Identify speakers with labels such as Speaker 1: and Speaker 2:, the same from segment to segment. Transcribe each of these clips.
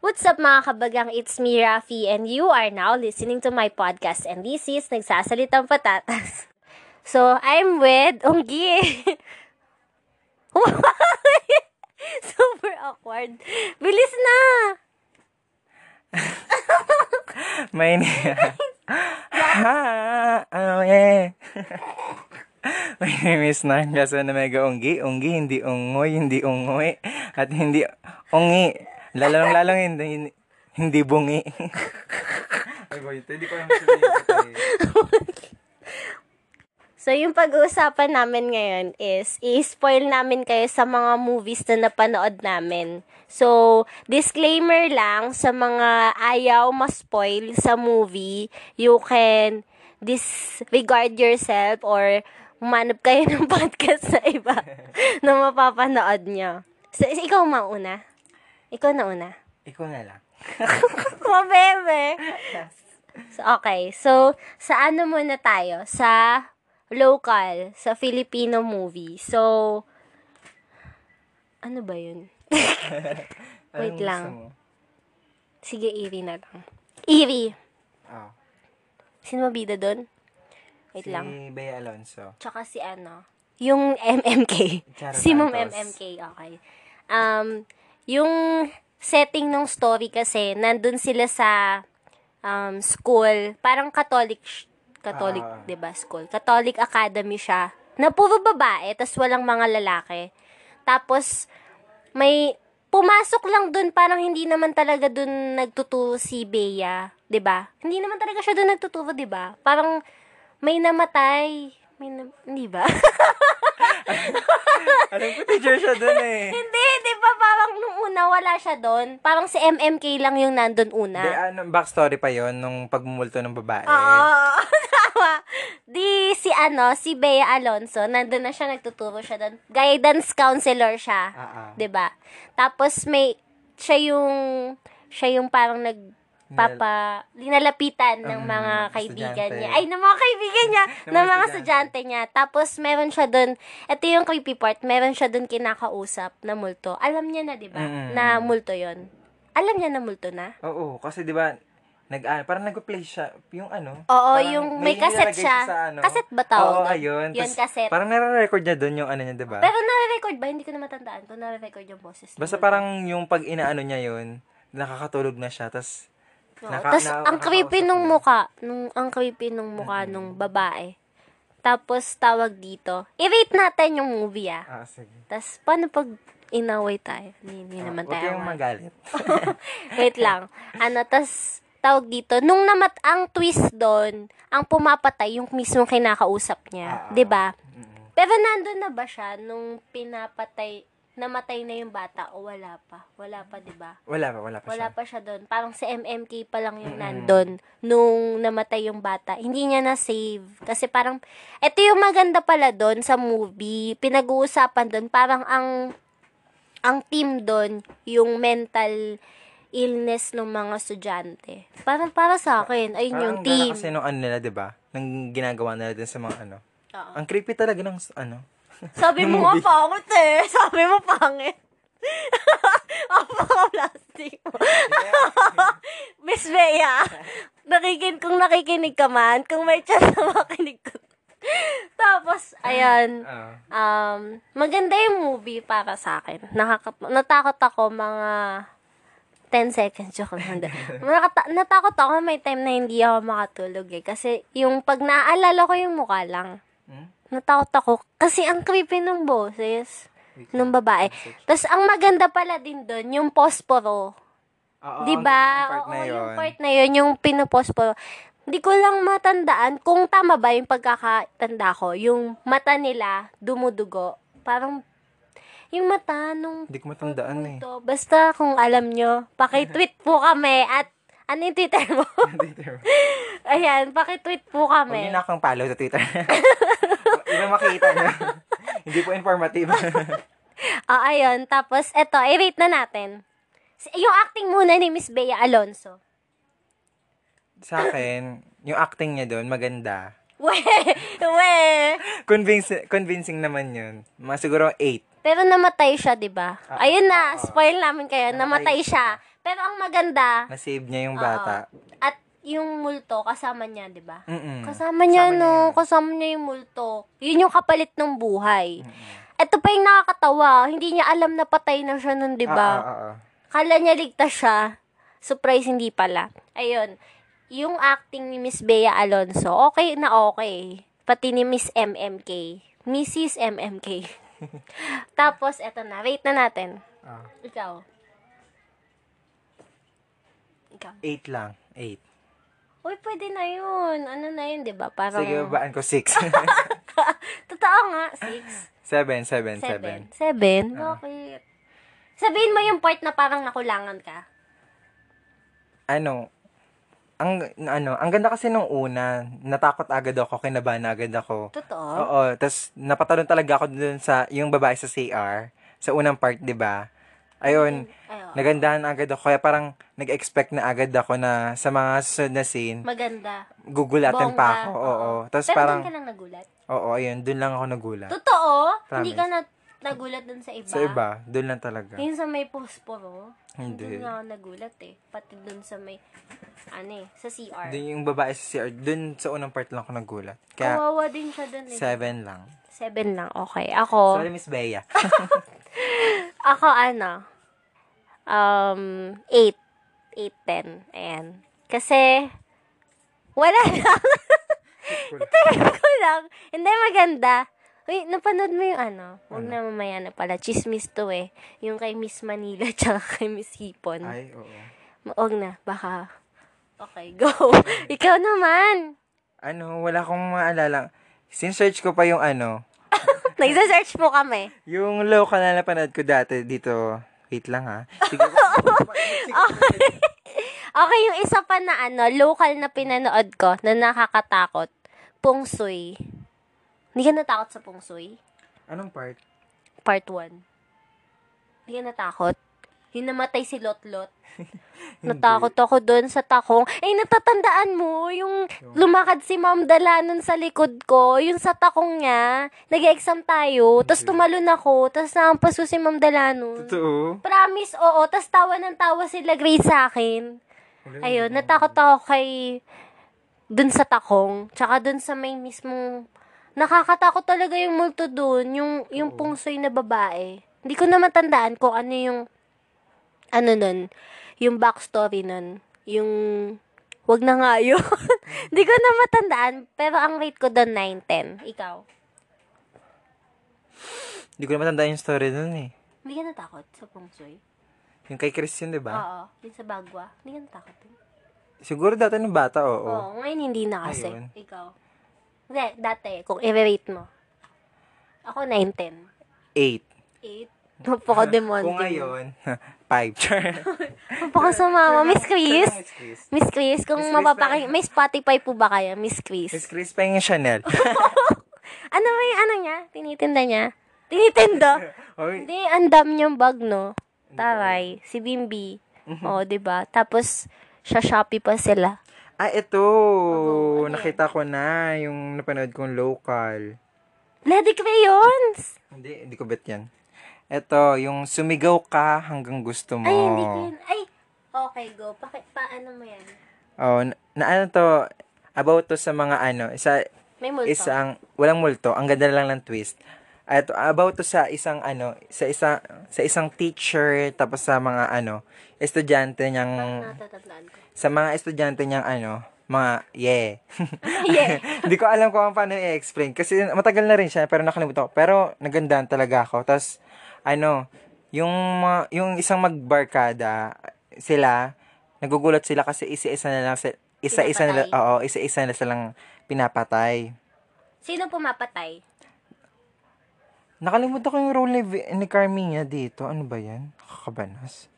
Speaker 1: What's up mga kabagang? It's me, Rafi, and you are now listening to my podcast. And this is Nagsasalitang Patatas. So, I'm with Onggi. Super awkward. Bilis na!
Speaker 2: May ni... ha, ano eh. My name is Narn Gasana Mega Unggi. Unggi, hindi ungoy, hindi ungoy. At hindi ungi. Lalong-lalong hindi, hindi bungi. Ay, boy, hindi ko yung
Speaker 1: So, yung pag-uusapan namin ngayon is, i-spoil namin kayo sa mga movies na napanood namin. So, disclaimer lang sa mga ayaw ma-spoil sa movie, you can disregard yourself or umanap kayo ng podcast sa iba na mapapanood nyo. So, is- ikaw mauna. Ikaw na una.
Speaker 2: Ikaw na lang.
Speaker 1: Mabebe! So, okay. So, sa ano muna tayo? Sa local, sa Filipino movie. So, ano ba yun? Wait
Speaker 2: Anong gusto
Speaker 1: lang.
Speaker 2: mo?
Speaker 1: Sige, Iri na lang. Iri!
Speaker 2: Oh,
Speaker 1: Sino mabida doon? Wait
Speaker 2: si
Speaker 1: lang.
Speaker 2: Bea Alonso.
Speaker 1: Tsaka si ano? Yung MMK.
Speaker 2: Charo
Speaker 1: si Ma'am
Speaker 2: Santos.
Speaker 1: MMK, okay. Um, yung setting ng story kasi, nandun sila sa um, school, parang Catholic, sh- Catholic,
Speaker 2: Ah.
Speaker 1: 'di ba school? Catholic Academy siya, na puro babae, tas walang mga lalaki. Tapos, may, pumasok lang dun, parang hindi naman talaga dun nagtuturo si Bea, 'di ba Hindi naman talaga siya dun nagtuturo, 'di ba Parang, may namatay. May na- hindi ba?
Speaker 2: Alam ko, teacher siya dun eh.
Speaker 1: Hindi, di ba parang nung una wala siya doon? Parang si MMK lang yung nandun una.
Speaker 2: Bea, ano, backstory pa yon nung pagmumulto ng babae.
Speaker 1: Oo, tama. Di si ano, si Bea Alonso, nandun na siya, nagtuturo siya doon. Guidance counselor siya.
Speaker 2: Ah, ah.
Speaker 1: 'di ba? Tapos may siya yung siya yung parang nagpapa linalapitan ng
Speaker 2: Mm,
Speaker 1: mga
Speaker 2: estudyante.
Speaker 1: kaibigan niya. Ay, ng mga kaibigan niya,
Speaker 2: Ng
Speaker 1: ng
Speaker 2: mga
Speaker 1: mga
Speaker 2: estudyante.
Speaker 1: estudyante niya. Tapos meron siya doon, ito yung creepy part, meron siya doon kinakausap na multo. Alam niya na, 'di ba?
Speaker 2: Mm.
Speaker 1: Na multo 'yon. Alam niya na multo na.
Speaker 2: Oo, kasi 'di ba nag ah, parang nagpo-play siya yung ano.
Speaker 1: Oo,
Speaker 2: parang
Speaker 1: yung may cassette
Speaker 2: nilalagay
Speaker 1: siya.
Speaker 2: sa ano.
Speaker 1: Cassette ba tawag
Speaker 2: Oo,
Speaker 1: doon?
Speaker 2: ayun.
Speaker 1: Yun,
Speaker 2: Tas
Speaker 1: cassette.
Speaker 2: Parang nare-record niya doon yung ano niya, 'di ba?
Speaker 1: Pero nare-record ba? Hindi ko na matandaan kung nare-record yung boses. ni
Speaker 2: Basta
Speaker 1: Multo.
Speaker 2: parang yung pag inaano niya yun, nakakatulog na siya tas
Speaker 1: Oo.
Speaker 2: naka- Mm.
Speaker 1: Tas,
Speaker 2: na-
Speaker 1: ang creepy
Speaker 2: nakakausap
Speaker 1: nung
Speaker 2: niya.
Speaker 1: muka, nung, ang creepy nung muka nung babae. Tapos, tawag dito. I-rate natin yung movie, ah.
Speaker 2: Ah, sige.
Speaker 1: Tapos, paano pag inaway tayo? Hindi, hindi naman
Speaker 2: Ah, Huwag
Speaker 1: tayo.
Speaker 2: kayong
Speaker 1: away.
Speaker 2: magalit.
Speaker 1: Wait lang. Ano, tas, tawag dito, nung namat ang twist doon, ang pumapatay yung mismong kinakausap niya.
Speaker 2: Ah,
Speaker 1: 'di ba?
Speaker 2: Mm-mm.
Speaker 1: Pero nandun na ba siya nung pinapatay, namatay na yung bata o wala pa? Wala pa, diba? 'di ba?
Speaker 2: Wala pa, wala pa
Speaker 1: Wala
Speaker 2: siya.
Speaker 1: pa siya doon. Parang si MMK pa lang yung
Speaker 2: Mm-mm.
Speaker 1: nandun nung namatay yung bata. Hindi niya na-save. Kasi parang, ito yung maganda pala doon sa movie. Pinag-uusapan doon, parang ang ang team doon, yung mental illness ng mga estudyante. Parang para sa akin, ayun yung
Speaker 2: Parang gano'n
Speaker 1: team.
Speaker 2: kasi nung ano nila, 'di ba? Nang ginagawa nila din sa mga ano.
Speaker 1: Oo.
Speaker 2: Ang creepy talaga ng s- ano.
Speaker 1: Sabi mo nga pangit eh. Sabi mo pangit. Ang paka-plastic mo. Miss Bea, nakikin, kung nakikinig ka man, kung may chance na makinig ko. Tapos, ayan,
Speaker 2: Ah.
Speaker 1: um, maganda yung movie para sa akin. Nakaka- natakot ako mga 10 seconds, joke lang. Hindi. Nakata- natakot ako may time na hindi ako makatulog eh. Kasi yung pag naaalala ko yung mukha lang,
Speaker 2: Hmm?
Speaker 1: natakot ako. Kasi ang creepy ng boses
Speaker 2: Wait
Speaker 1: ng
Speaker 2: lang.
Speaker 1: babae.
Speaker 2: Message.
Speaker 1: Tapos ang maganda pala din doon, yung posporo.
Speaker 2: Oo,
Speaker 1: di ba?
Speaker 2: Yung part
Speaker 1: Diba? Oo,
Speaker 2: na yun.
Speaker 1: yung part na yun, yung pinoposporo. Hindi ko lang matandaan kung tama ba yung pagkakatanda ko. Yung mata nila, dumudugo. Parang, yung mata nung
Speaker 2: Hindi ko matandaan eh.
Speaker 1: multo. Basta kung alam nyo, pakitweet po kami at ano yung Twitter mo?
Speaker 2: Dito.
Speaker 1: Ayan, pakitweet po
Speaker 2: Huwag
Speaker 1: kami.
Speaker 2: niyo na akong follow sa Twitter. Iba makita niyo. Hindi po informative.
Speaker 1: Ah, ayun. Tapos, eto, i-rate na natin. Si- Yung acting muna ni Miss Bea Alonso.
Speaker 2: sa akin, yung acting niya doon, maganda.
Speaker 1: We, we.
Speaker 2: Convince, convincing naman yun. Mga siguro 8.
Speaker 1: Pero namatay siya, di ba?
Speaker 2: Ah,
Speaker 1: Ayun na,
Speaker 2: ah, ah.
Speaker 1: spoil namin kayo. Namatay
Speaker 2: Namatay
Speaker 1: siya. Pero ang maganda,
Speaker 2: Nasave niya yung bata.
Speaker 1: oo. at yung multo, kasama niya, di ba?
Speaker 2: Mm-mm.
Speaker 1: Kasama niya,
Speaker 2: Kasama niya
Speaker 1: no?
Speaker 2: yun.
Speaker 1: Kasama niya yung multo. Yun yung kapalit ng buhay. Ito pa yung nakakatawa. Hindi niya alam na patay na siya nun, di ba?
Speaker 2: Ah, ah, ah, ah.
Speaker 1: Kala niya ligtas siya. Surprise, hindi pala. Ayun. Yung acting ni Miss Bea Alonso, okay na okay. Pati ni Miss MMK. Mrs. MMK. Tapos, eto na. Rate na natin.
Speaker 2: Ah.
Speaker 1: Ikaw. Ikaw.
Speaker 2: 8 lang. 8.
Speaker 1: Uy, pwede na yun. Ano na yun, di ba? Parang...
Speaker 2: Sige, babaan ko 6. 7,
Speaker 1: Totoo nga. Six.
Speaker 2: 7, 7.
Speaker 1: Seven. Seven? Bakit? Sabihin mo yung part na parang nakulangan ka.
Speaker 2: Ano, ang ano, ang ganda kasi nung una, natakot agad ako, kinabahan agad ako.
Speaker 1: Totoo?
Speaker 2: Oo, tas napatalon talaga ako dun sa yung babae sa CR sa unang part, 'di ba? Ayun,
Speaker 1: Ayun.
Speaker 2: nagandahan agad ako kaya parang nag-expect na agad ako na sa mga susunod na scene,
Speaker 1: Maganda.
Speaker 2: gugulatin pa
Speaker 1: Bongga,
Speaker 2: ako.
Speaker 1: oo.
Speaker 2: Oo. Tapos
Speaker 1: Pero
Speaker 2: parang
Speaker 1: doon ka lang nagulat?
Speaker 2: oo, ayun, dun lang ako nagulat.
Speaker 1: Totoo?
Speaker 2: Promise.
Speaker 1: Hindi ka na nagulat dun sa iba?
Speaker 2: Sa iba, dun lang talaga.
Speaker 1: Yung sa may posporo,
Speaker 2: Hindi.
Speaker 1: doon na ako nagulat eh. Pati dun sa may, ano eh, sa CR.
Speaker 2: Dun yung babae sa CR, dun sa unang part lang ako nagulat. Kaya
Speaker 1: Kawawa din siya dun eh.
Speaker 2: seven lang.
Speaker 1: Seven lang, okay. Ako,
Speaker 2: Sorry, Miss Bea.
Speaker 1: ako ano, um, eight. Eight, ten. Ayan. Kasi, wala lang. Ito ko lang. Hindi, maganda. Uy, napanood mo yung ano? Huwag na mamaya na pala. Chismis to eh. Yung kay Miss Manila tsaka kay Miss Hipon.
Speaker 2: Ay, oo.
Speaker 1: Huwag na, baka. Okay, go. Ikaw naman.
Speaker 2: Ano, wala akong maalala. Sinsearch ko pa yung ano,
Speaker 1: Nagsa-search mo kami.
Speaker 2: yung local na napanood ko dati dito. Wait lang ha. Sige,
Speaker 1: Okay, yung isa pa na ano, local na pinanood ko na nakakatakot. Pungsoy. Hindi ka natakot sa Pungsoy?
Speaker 2: anong part?
Speaker 1: Part 1. Hindi ka natakot? Yung namatay si Lotlot. Natakot ako doon sa takong. Eh, natatandaan mo, yung lumakad si Ma'am Dalanon sa likod ko, yung sa takong niya, nag-exam tayo, tapos tumalon ako, tapos naampas ko si Ma'am Dalanon.
Speaker 2: Totoo.
Speaker 1: Promise, oo. Tapos tawa ng tawa sila grade sa akin. Ayun, natakot ako kay... Dun sa takong. Tsaka dun sa may mismong... Nakakatakot talaga yung multo dun. Yung, yung pungsoy na babae. Hindi ko na matandaan kung ano yung... Ano nun. Yung backstory nun. Yung... Wag na nga yun. Hindi ko na matandaan. Pero ang rate ko dun, 9-10. Ikaw?
Speaker 2: Hindi ko na matandaan yung story nun eh.
Speaker 1: Hindi ka natakot sa pungsoy?
Speaker 2: Yung kay Christian, di ba?
Speaker 1: Oo. Yung sa bagwa. Hindi ka natakot dun?
Speaker 2: Siguro dati nung bata, oo.
Speaker 1: Oo, ngayon hindi na kasi.
Speaker 2: Ayun.
Speaker 1: Ikaw. Hindi, dati, kung i-rate mo. Ako 9-10.
Speaker 2: Eight.
Speaker 1: 8. Napaka-demonte.
Speaker 2: Kung ngayon, five. Char.
Speaker 1: Napakasama. Miss Chris.
Speaker 2: Miss Chris.
Speaker 1: Miss Chris, kung
Speaker 2: Miss Chris
Speaker 1: mapapaki... May Spotify po ba kayo, Miss
Speaker 2: Miss
Speaker 1: Chris?
Speaker 2: Chris pa yung Chanel.
Speaker 1: Ano ba yung ano niya? Tinitinda niya? Tinitinda?
Speaker 2: Oy,
Speaker 1: Hindi, ang dami niyang bag, no? Taray. Si Bimbi.
Speaker 2: Mhm.
Speaker 1: Oo, di ba? Tapos, siya Shopee pa sila.
Speaker 2: ah, ito.
Speaker 1: ano yan?
Speaker 2: Nakita ko na yung napanood kong local.
Speaker 1: Lady Crayons!
Speaker 2: Hindi, hindi ko bet yan. Ito, yung sumigaw ka hanggang gusto mo.
Speaker 1: Ay, hindi ko yun. Ay, okay, go. Paki, paano mo yan?
Speaker 2: Oh, na, na ano to, about to sa mga ano, isa,
Speaker 1: May multo.
Speaker 2: isang, walang multo, ang ganda lang ng twist. At about to sa isang ano, sa isang sa isang teacher tapos sa mga ano, estudyante niyang
Speaker 1: Natatandaan Ah, ko.
Speaker 2: sa mga estudyante niyang ano, mga yeah.
Speaker 1: Yeah.
Speaker 2: Hindi ko alam kung paano i-explain kasi matagal na rin siya pero nakalimutan ko. Pero nagandahan talaga ako. Tapos ano, yung mga- yung isang magbarkada sila nagugulat sila kasi isa-isa na lang sila- isa-isa na
Speaker 1: Pinapatay.
Speaker 2: oo, isa-isa na silang pinapatay.
Speaker 1: Sino pumapatay?
Speaker 2: Nakalimutan ko yung role ni, Vi- ni Carmina dito. Ano ba yan? Kakabanas.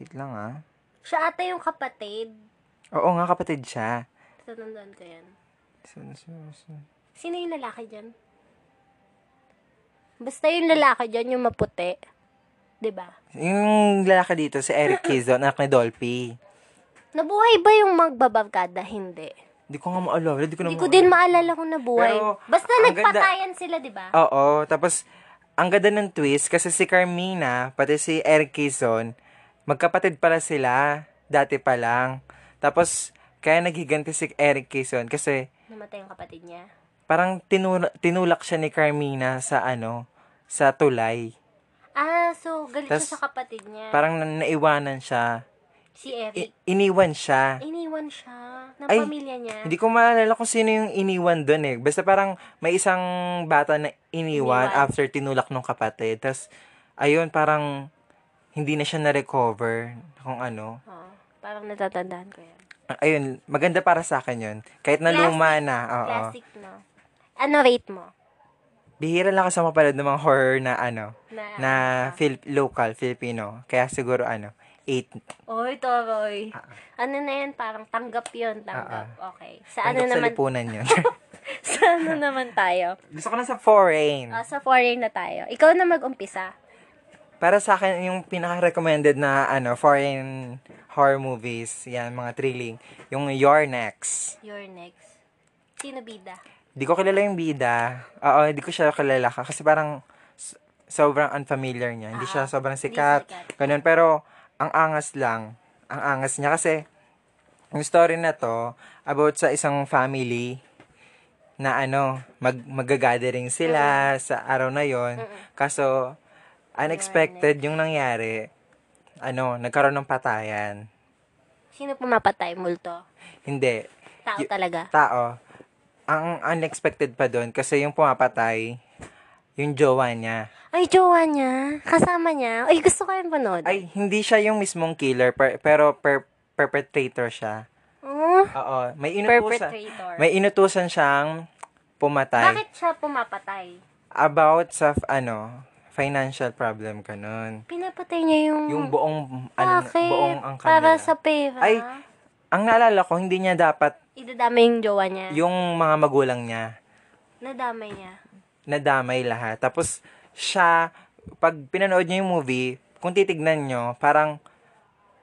Speaker 2: Wait lang ah.
Speaker 1: Siya ata yung kapatid.
Speaker 2: Oo nga, kapatid siya.
Speaker 1: Tatandaan ko yan.
Speaker 2: Sino- sino- sino?
Speaker 1: Sino yung lalaki dyan? Basta yung lalaki dyan, yung maputi. Diba? 'Di ba?
Speaker 2: Yung lalaki dito, si Eric Kizon, anak ni Dolphy.
Speaker 1: Nabuhay ba yung magbabarkada? Hindi.
Speaker 2: Hindi ko nga maalala. Hindi ko, na
Speaker 1: Hindi ko
Speaker 2: maalala.
Speaker 1: din maalala kung nabuhay.
Speaker 2: Pero,
Speaker 1: Basta
Speaker 2: ang ganda- Ah.
Speaker 1: nagpatayan sila, diba? di ba?
Speaker 2: Oo, tapos ang ganda ng twist kasi si Carmina pati si Eric Quezon, magkapatid pala sila dati pa lang. Tapos kaya naghiganti si Eric Quezon kasi
Speaker 1: Namatay yung kapatid niya.
Speaker 2: parang tinula- tinulak siya ni Carmina sa ano, sa tulay.
Speaker 1: Ah, so galit
Speaker 2: Tas-
Speaker 1: siya sa kapatid niya.
Speaker 2: Parang na- naiwanan siya.
Speaker 1: si Eric.
Speaker 2: I- iniwan siya.
Speaker 1: Iniwan siya ng
Speaker 2: Ay,
Speaker 1: pamilya niya.
Speaker 2: Hindi ko maalala kung sino yung iniwan doon eh. Basta parang may isang bata na iniwan,
Speaker 1: Iniwan.
Speaker 2: after tinulak ng kapatid. Tapos, ayun, parang hindi na siya na-recover kung ano.
Speaker 1: Oo, parang natatandaan ko yan.
Speaker 2: Ayun, maganda para sa akin yun. Kahit na luma na. Oo.
Speaker 1: Classic, no? Ano rate mo?
Speaker 2: Bihira lang kasi mapanood ng mga horror na ano,
Speaker 1: Na,
Speaker 2: na
Speaker 1: Ah.
Speaker 2: Fil- local, Filipino. Kaya siguro ano, 8.
Speaker 1: Oy, Toroy.
Speaker 2: Ah.
Speaker 1: Ano na yan? Parang tanggap yon Tanggap. Okay. Sa ano
Speaker 2: Tanggap sa
Speaker 1: naman,
Speaker 2: lipunan yun.
Speaker 1: sa ano naman tayo?
Speaker 2: Gusto ko na sa foreign.
Speaker 1: Ah, sa foreign na tayo. Ikaw na mag-umpisa.
Speaker 2: Para sa akin, yung pinaka-recommended na ano, foreign horror movies, yan, mga thrilling, yung Your Next.
Speaker 1: You're next. Sino bida?
Speaker 2: Di ko kilala yung bida. Oo, di ko siya kilala ka. Kasi parang s- sobrang unfamiliar niya. Hindi siya
Speaker 1: Ah,
Speaker 2: sobrang
Speaker 1: hindi
Speaker 2: sikat.
Speaker 1: sikat.
Speaker 2: Ganun. Pero, ang angas lang. Ang angas niya. Kasi, yung story na to, about sa isang family na ano, mag magagathering sila sa araw na yon.
Speaker 1: eh.
Speaker 2: Kaso, unexpected yung nangyari. Ano, nagkaroon ng patayan.
Speaker 1: Sino pumapatay? Multo?
Speaker 2: Hindi.
Speaker 1: Tao
Speaker 2: Y-
Speaker 1: talaga?
Speaker 2: tao, ang unexpected pa doon kasi yung pumapatay, yung jowa niya.
Speaker 1: Ay, jowa niya. Kasama niya. Ay, gusto ko yung panood.
Speaker 2: Ay, hindi siya yung mismong killer, per- pero per- perpetrator siya.
Speaker 1: Oh,
Speaker 2: Oo, may inutusan.
Speaker 1: perpetrator.
Speaker 2: May inutusan siyang pumatay.
Speaker 1: Bakit siya pumapatay?
Speaker 2: About sa, f- ano, financial problem, ganun.
Speaker 1: Pinapatay niya yung...
Speaker 2: Yung buong, ano,
Speaker 1: Hmm. Bakit?
Speaker 2: buong ang
Speaker 1: Para
Speaker 2: kanila.
Speaker 1: sa pera.
Speaker 2: Ay, ang naalala ko, hindi niya dapat
Speaker 1: Idadamay yung jowa niya.
Speaker 2: yung mga magulang niya
Speaker 1: Nadamay niya.
Speaker 2: nadamay lahat. Tapos, siya, pag pinanood niyo yung movie, kung titignan nyo, parang,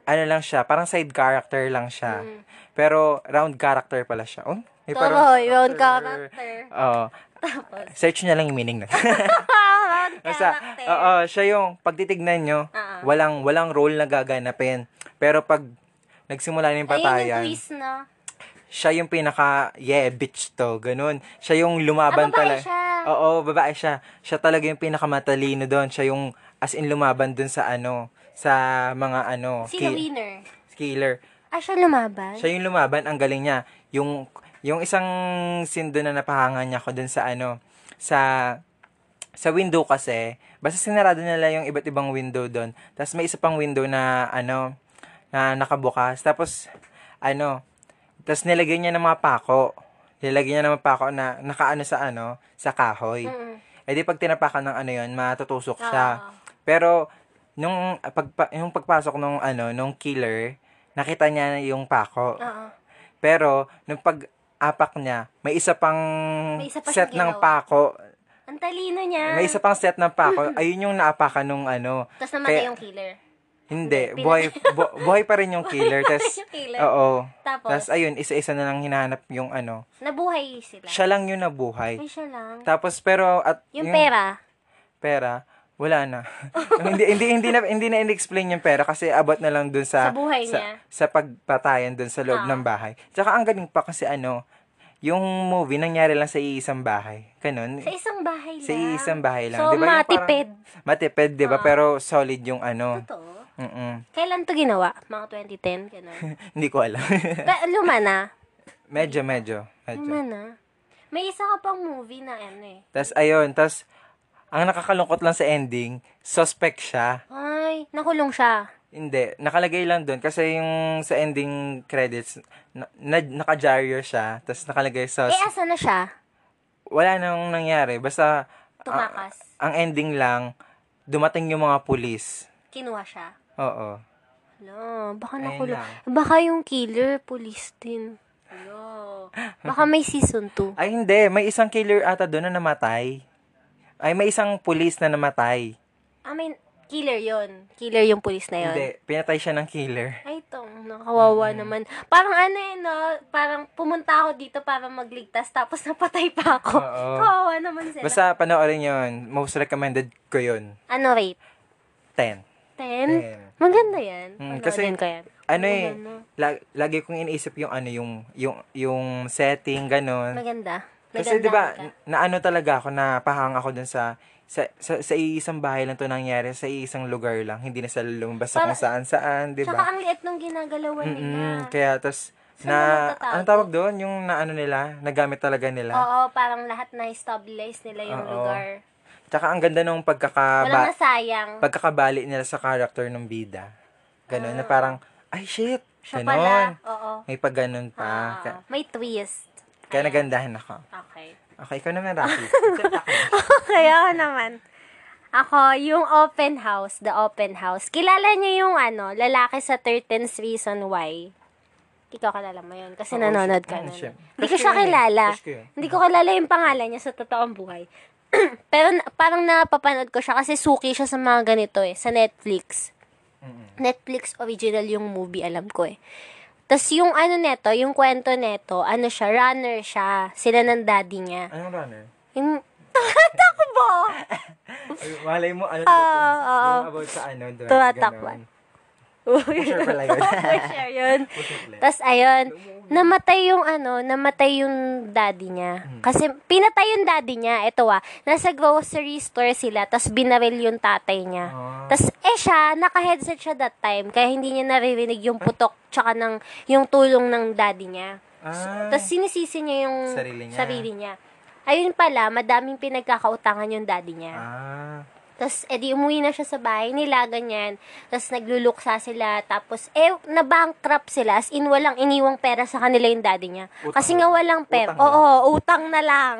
Speaker 2: ano lang siya, parang side character lang siya.
Speaker 1: Mm.
Speaker 2: Pero, round character pala siya. Oh, may parang-
Speaker 1: Toroy, round character.
Speaker 2: Oo. Search niya lang yung meaning na.
Speaker 1: round
Speaker 2: Basta,
Speaker 1: character.
Speaker 2: oo, siya oh, yung, pag titignan nyo,
Speaker 1: Ah.
Speaker 2: walang, walang role na gaganapin. Pero pag nagsimula na yung
Speaker 1: Ayun yung
Speaker 2: patayan,
Speaker 1: twist, no?
Speaker 2: siya yung pinaka yeah bitch to ganun siya yung lumaban
Speaker 1: Ah, babae
Speaker 2: talaga
Speaker 1: siya.
Speaker 2: oo babae siya siya talaga yung pinakamatalino doon siya yung as in lumaban doon sa ano sa mga ano
Speaker 1: Sino
Speaker 2: ki-
Speaker 1: winner?
Speaker 2: killer
Speaker 1: Ah, siya lumaban?
Speaker 2: siya yung lumaban ang galing niya yung yung isang scene doon na napahanga niya ko doon sa ano sa sa window kasi basta sinarado nila yung iba't ibang window doon tapos may isa pang window na ano na nakabukas tapos ano tapos nilagay niya ng mga pako. Nilagay niya ng mga pako na nakaano sa ano, sa kahoy.
Speaker 1: Mm-mm.
Speaker 2: Eh di pag tinapakan ng ano yon, matutusok siya.
Speaker 1: Oo.
Speaker 2: Pero nung pagpa, yung pagpasok nung ano, nung killer, nakita niya yung pako.
Speaker 1: Oo.
Speaker 2: Pero nung pag apak niya, may isa pang
Speaker 1: May isa pa
Speaker 2: set
Speaker 1: siyang
Speaker 2: ng
Speaker 1: ginawa. Ah.
Speaker 2: pako.
Speaker 1: Ang talino niya.
Speaker 2: May isa pang set ng pako. Ayun yung naapakan nung ano.
Speaker 1: Tapos namatay
Speaker 2: Kaya-
Speaker 1: yung killer.
Speaker 2: Hindi,
Speaker 1: Hindi,
Speaker 2: buhay, bu- buhay pa rin yung killer.
Speaker 1: pa rin
Speaker 2: Tapos,
Speaker 1: yung killer.
Speaker 2: oo.
Speaker 1: Tapos?
Speaker 2: Tapos, ayun, isa-isa na lang hinahanap yung ano,
Speaker 1: Nabuhay sila.
Speaker 2: siya lang yung nabuhay.
Speaker 1: Ay, siya lang.
Speaker 2: Tapos pero at
Speaker 1: Yung pera.
Speaker 2: pera, wala na. hindi hindi hindi na hindi na in-explain yung pera kasi abot na lang dun
Speaker 1: Sa
Speaker 2: sa
Speaker 1: buhay
Speaker 2: sa,
Speaker 1: niya. Ah.
Speaker 2: sa pagpatayan dun sa
Speaker 1: Oo.
Speaker 2: loob ng bahay. Tsaka ang galing pa kasi ano, yung movie nangyari lang sa iisang bahay. Ganun.
Speaker 1: Sa isang bahay lang.
Speaker 2: Sa iisang bahay lang.
Speaker 1: So,
Speaker 2: Di ba yung parang-
Speaker 1: matipid. Ah.
Speaker 2: matipid, 'di ba? Pero solid yung ano.
Speaker 1: Totoo.
Speaker 2: Mm-mm.
Speaker 1: Kailan to ginawa? Mga 2010, gano'n.
Speaker 2: Hindi ko alam.
Speaker 1: Pero luma na.
Speaker 2: medyo, medyo, medyo.
Speaker 1: Luma na. May isa ka pang movie na ano eh.
Speaker 2: Tapos ayun, tapos ang nakakalungkot lang sa ending, suspect siya.
Speaker 1: Ay, nakulong siya.
Speaker 2: Hindi, nakalagay lang doon kasi yung sa ending credits na, na naka-gyro siya, tapos nakalagay
Speaker 1: Eh,
Speaker 2: sa
Speaker 1: asa na siya?
Speaker 2: wala nang nangyari. Basta
Speaker 1: Tumakas.
Speaker 2: a- ang ending lang dumating yung mga pulis.
Speaker 1: Kinuha siya.
Speaker 2: Oo.
Speaker 1: Hala, baka
Speaker 2: Ayun
Speaker 1: nakulong.
Speaker 2: lang.
Speaker 1: Baka yung killer, police din. Hala. Baka may season 2.
Speaker 2: Ay hindi, may isang killer ata doon na namatay. Ay may isang pulis na namatay.
Speaker 1: I mean, Killer yon Killer yung pulis na yon
Speaker 2: Hindi, pinatay siya ng killer.
Speaker 1: Ay, tong, nakawawa naman. Parang ano eh, no? Parang pumunta ako dito para magligtas, tapos napatay pa ako.
Speaker 2: Oo.
Speaker 1: Kawawa naman sila.
Speaker 2: Basta panoorin yon Most recommended ko yun.
Speaker 1: ano rate?
Speaker 2: 10.
Speaker 1: Ten?
Speaker 2: Ten.
Speaker 1: Maganda yan.
Speaker 2: Mm,
Speaker 1: Mm,
Speaker 2: kasi-
Speaker 1: ko yan.
Speaker 2: Ano eh,
Speaker 1: Ano?
Speaker 2: la- lagi kong iniisip yung ano, yung, yung, yung setting, ganun.
Speaker 1: Maganda.
Speaker 2: Kasi diba,
Speaker 1: Naganda
Speaker 2: di ba
Speaker 1: ka.
Speaker 2: naano talaga ako, napahang ako dun sa, sa, sa, sa isang bahay lang to nangyari, sa isang lugar lang, hindi na sa lumabas sa
Speaker 1: Para-
Speaker 2: kung saan-saan, di
Speaker 1: Tsaka
Speaker 2: ba?
Speaker 1: ang liit nung ginagalawan nila.
Speaker 2: diba? Mm-mm, kaya tas,
Speaker 1: Saan
Speaker 2: na,
Speaker 1: naman tatawag?
Speaker 2: ano tawag doon? Yung naano nila, nagamit talaga nila.
Speaker 1: Oo, parang lahat na-stabilize nila yung
Speaker 2: Oo. Ah,
Speaker 1: lugar.
Speaker 2: Tsaka ang ganda nung pagkakaba,
Speaker 1: Walang nasayang.
Speaker 2: pagkakabali nila sa character ng bida. Ganon, na parang, ay shit,
Speaker 1: Ah. Siya pala. Ah,
Speaker 2: ganon.
Speaker 1: Oo.
Speaker 2: May pag ganun pa.
Speaker 1: Oo.
Speaker 2: Kaya,
Speaker 1: May twist.
Speaker 2: kaya nagandahan ako.
Speaker 1: Okay.
Speaker 2: Okay, ikaw naman, Rocky.
Speaker 1: Okay, ako naman. Ako, yung open house, the open house. Kilala niyo yung ano, lalaki sa 13th Reason Why. Ikaw kilala mo yun kasi
Speaker 2: Oo,
Speaker 1: nanonood
Speaker 2: syem-
Speaker 1: ka
Speaker 2: oo,
Speaker 1: nun.
Speaker 2: syem-
Speaker 1: Hindi ko
Speaker 2: Crush
Speaker 1: siya
Speaker 2: ko yun eh.
Speaker 1: kilala.
Speaker 2: Crush ko yun.
Speaker 1: Hindi ko kilala yung pangalan niya sa totoong buhay. Pero na- parang napapanood ko siya kasi suki siya sa mga ganito eh, sa Netflix. Netflix original yung movie, alam ko eh. Tapos yung ano neto, yung kwento neto, ano siya, runner siya. Sila ng daddy niya.
Speaker 2: Anong runner?
Speaker 1: Yung... Tumatakbo!
Speaker 2: Ay, malay mo,
Speaker 1: Oo,
Speaker 2: ano to?
Speaker 1: oo.
Speaker 2: Yung about sa ano, doon.
Speaker 1: Tumatakban. Uy,
Speaker 2: Pusher pala yun.
Speaker 1: Pusher yun.
Speaker 2: Pusher pala.
Speaker 1: Tapos, ayun, namatay yung ano, namatay yung daddy niya. Kasi, pinatay yung daddy niya. Ito ah, nasa grocery store sila, tapos binaril yung tatay niya.
Speaker 2: Ah.
Speaker 1: Tapos, eh siya, naka-headset siya that time, kaya hindi niya naririnig yung putok, tsaka ng, yung tulong ng daddy niya.
Speaker 2: Ah,
Speaker 1: Tapos, sinisisi niya yung
Speaker 2: Sarili niya.
Speaker 1: sarili niya. Ayun pala, madaming pinagkakautangan yung daddy niya.
Speaker 2: ah.
Speaker 1: Tapos, edi umuwi na siya sa bahay nila, ganyan. Tapos, nagluluksa sila. Tapos, eh, nabankrupt sila. As in, walang iniwang pera sa kanila yung daddy niya.
Speaker 2: Utang
Speaker 1: Kasi
Speaker 2: lang.
Speaker 1: nga walang pera.
Speaker 2: Utang lang.
Speaker 1: Oo, utang na lang.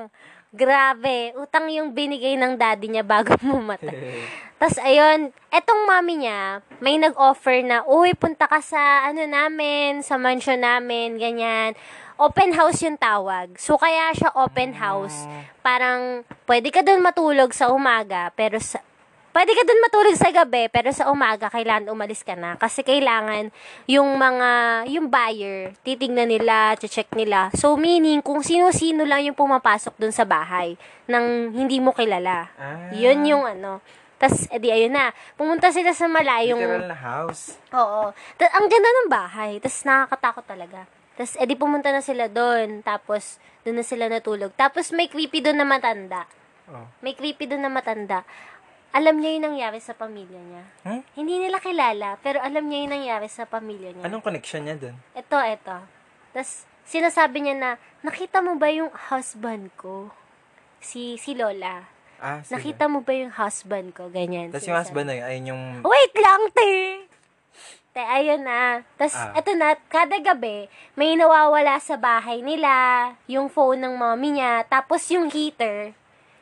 Speaker 1: Grabe, utang yung binigay ng daddy niya bago mamatay. Tapos, ayun, etong mami niya, may nag-offer na, uy, punta ka sa, ano namin, sa mansion namin, ganyan. Open house yung tawag. So, kaya siya open house. Parang, pwede ka doon matulog sa umaga, pero sa, pwede ka doon matulog sa gabi, pero sa umaga, kailangan umalis ka na. Kasi kailangan yung mga, yung buyer, titignan nila, check nila. So, meaning, kung sino-sino lang yung pumapasok doon sa bahay, nang hindi mo kilala.
Speaker 2: Ah.
Speaker 1: Yun yung ano. Tapos, edi, ayun na. Pumunta sila sa malayong...
Speaker 2: Literal na house.
Speaker 1: Oo. Ta- ang ganda ng bahay. Tapos, nakakatakot talaga. Tapos, edi pumunta na sila doon. Tapos, doon na sila natulog. Tapos, may creepy doon na matanda.
Speaker 2: Oh.
Speaker 1: May creepy doon na matanda. Alam niya yung nangyari sa pamilya niya.
Speaker 2: Hmm?
Speaker 1: Hindi nila kilala, pero alam niya yung nangyari sa pamilya niya.
Speaker 2: Anong connection niya doon?
Speaker 1: Ito, ito. Tapos, sinasabi niya na, nakita mo ba yung husband ko? Si, si Lola.
Speaker 2: Ah, sige.
Speaker 1: Nakita mo ba yung husband ko? Ganyan.
Speaker 2: Tapos yung
Speaker 1: sinasabi.
Speaker 2: husband na yun, ayun yung...
Speaker 1: Wait lang, te! Te, ayun na. Tapos,
Speaker 2: Ah.
Speaker 1: eto na, kada gabi, may nawawala sa bahay nila, yung phone ng mommy niya, tapos yung heater,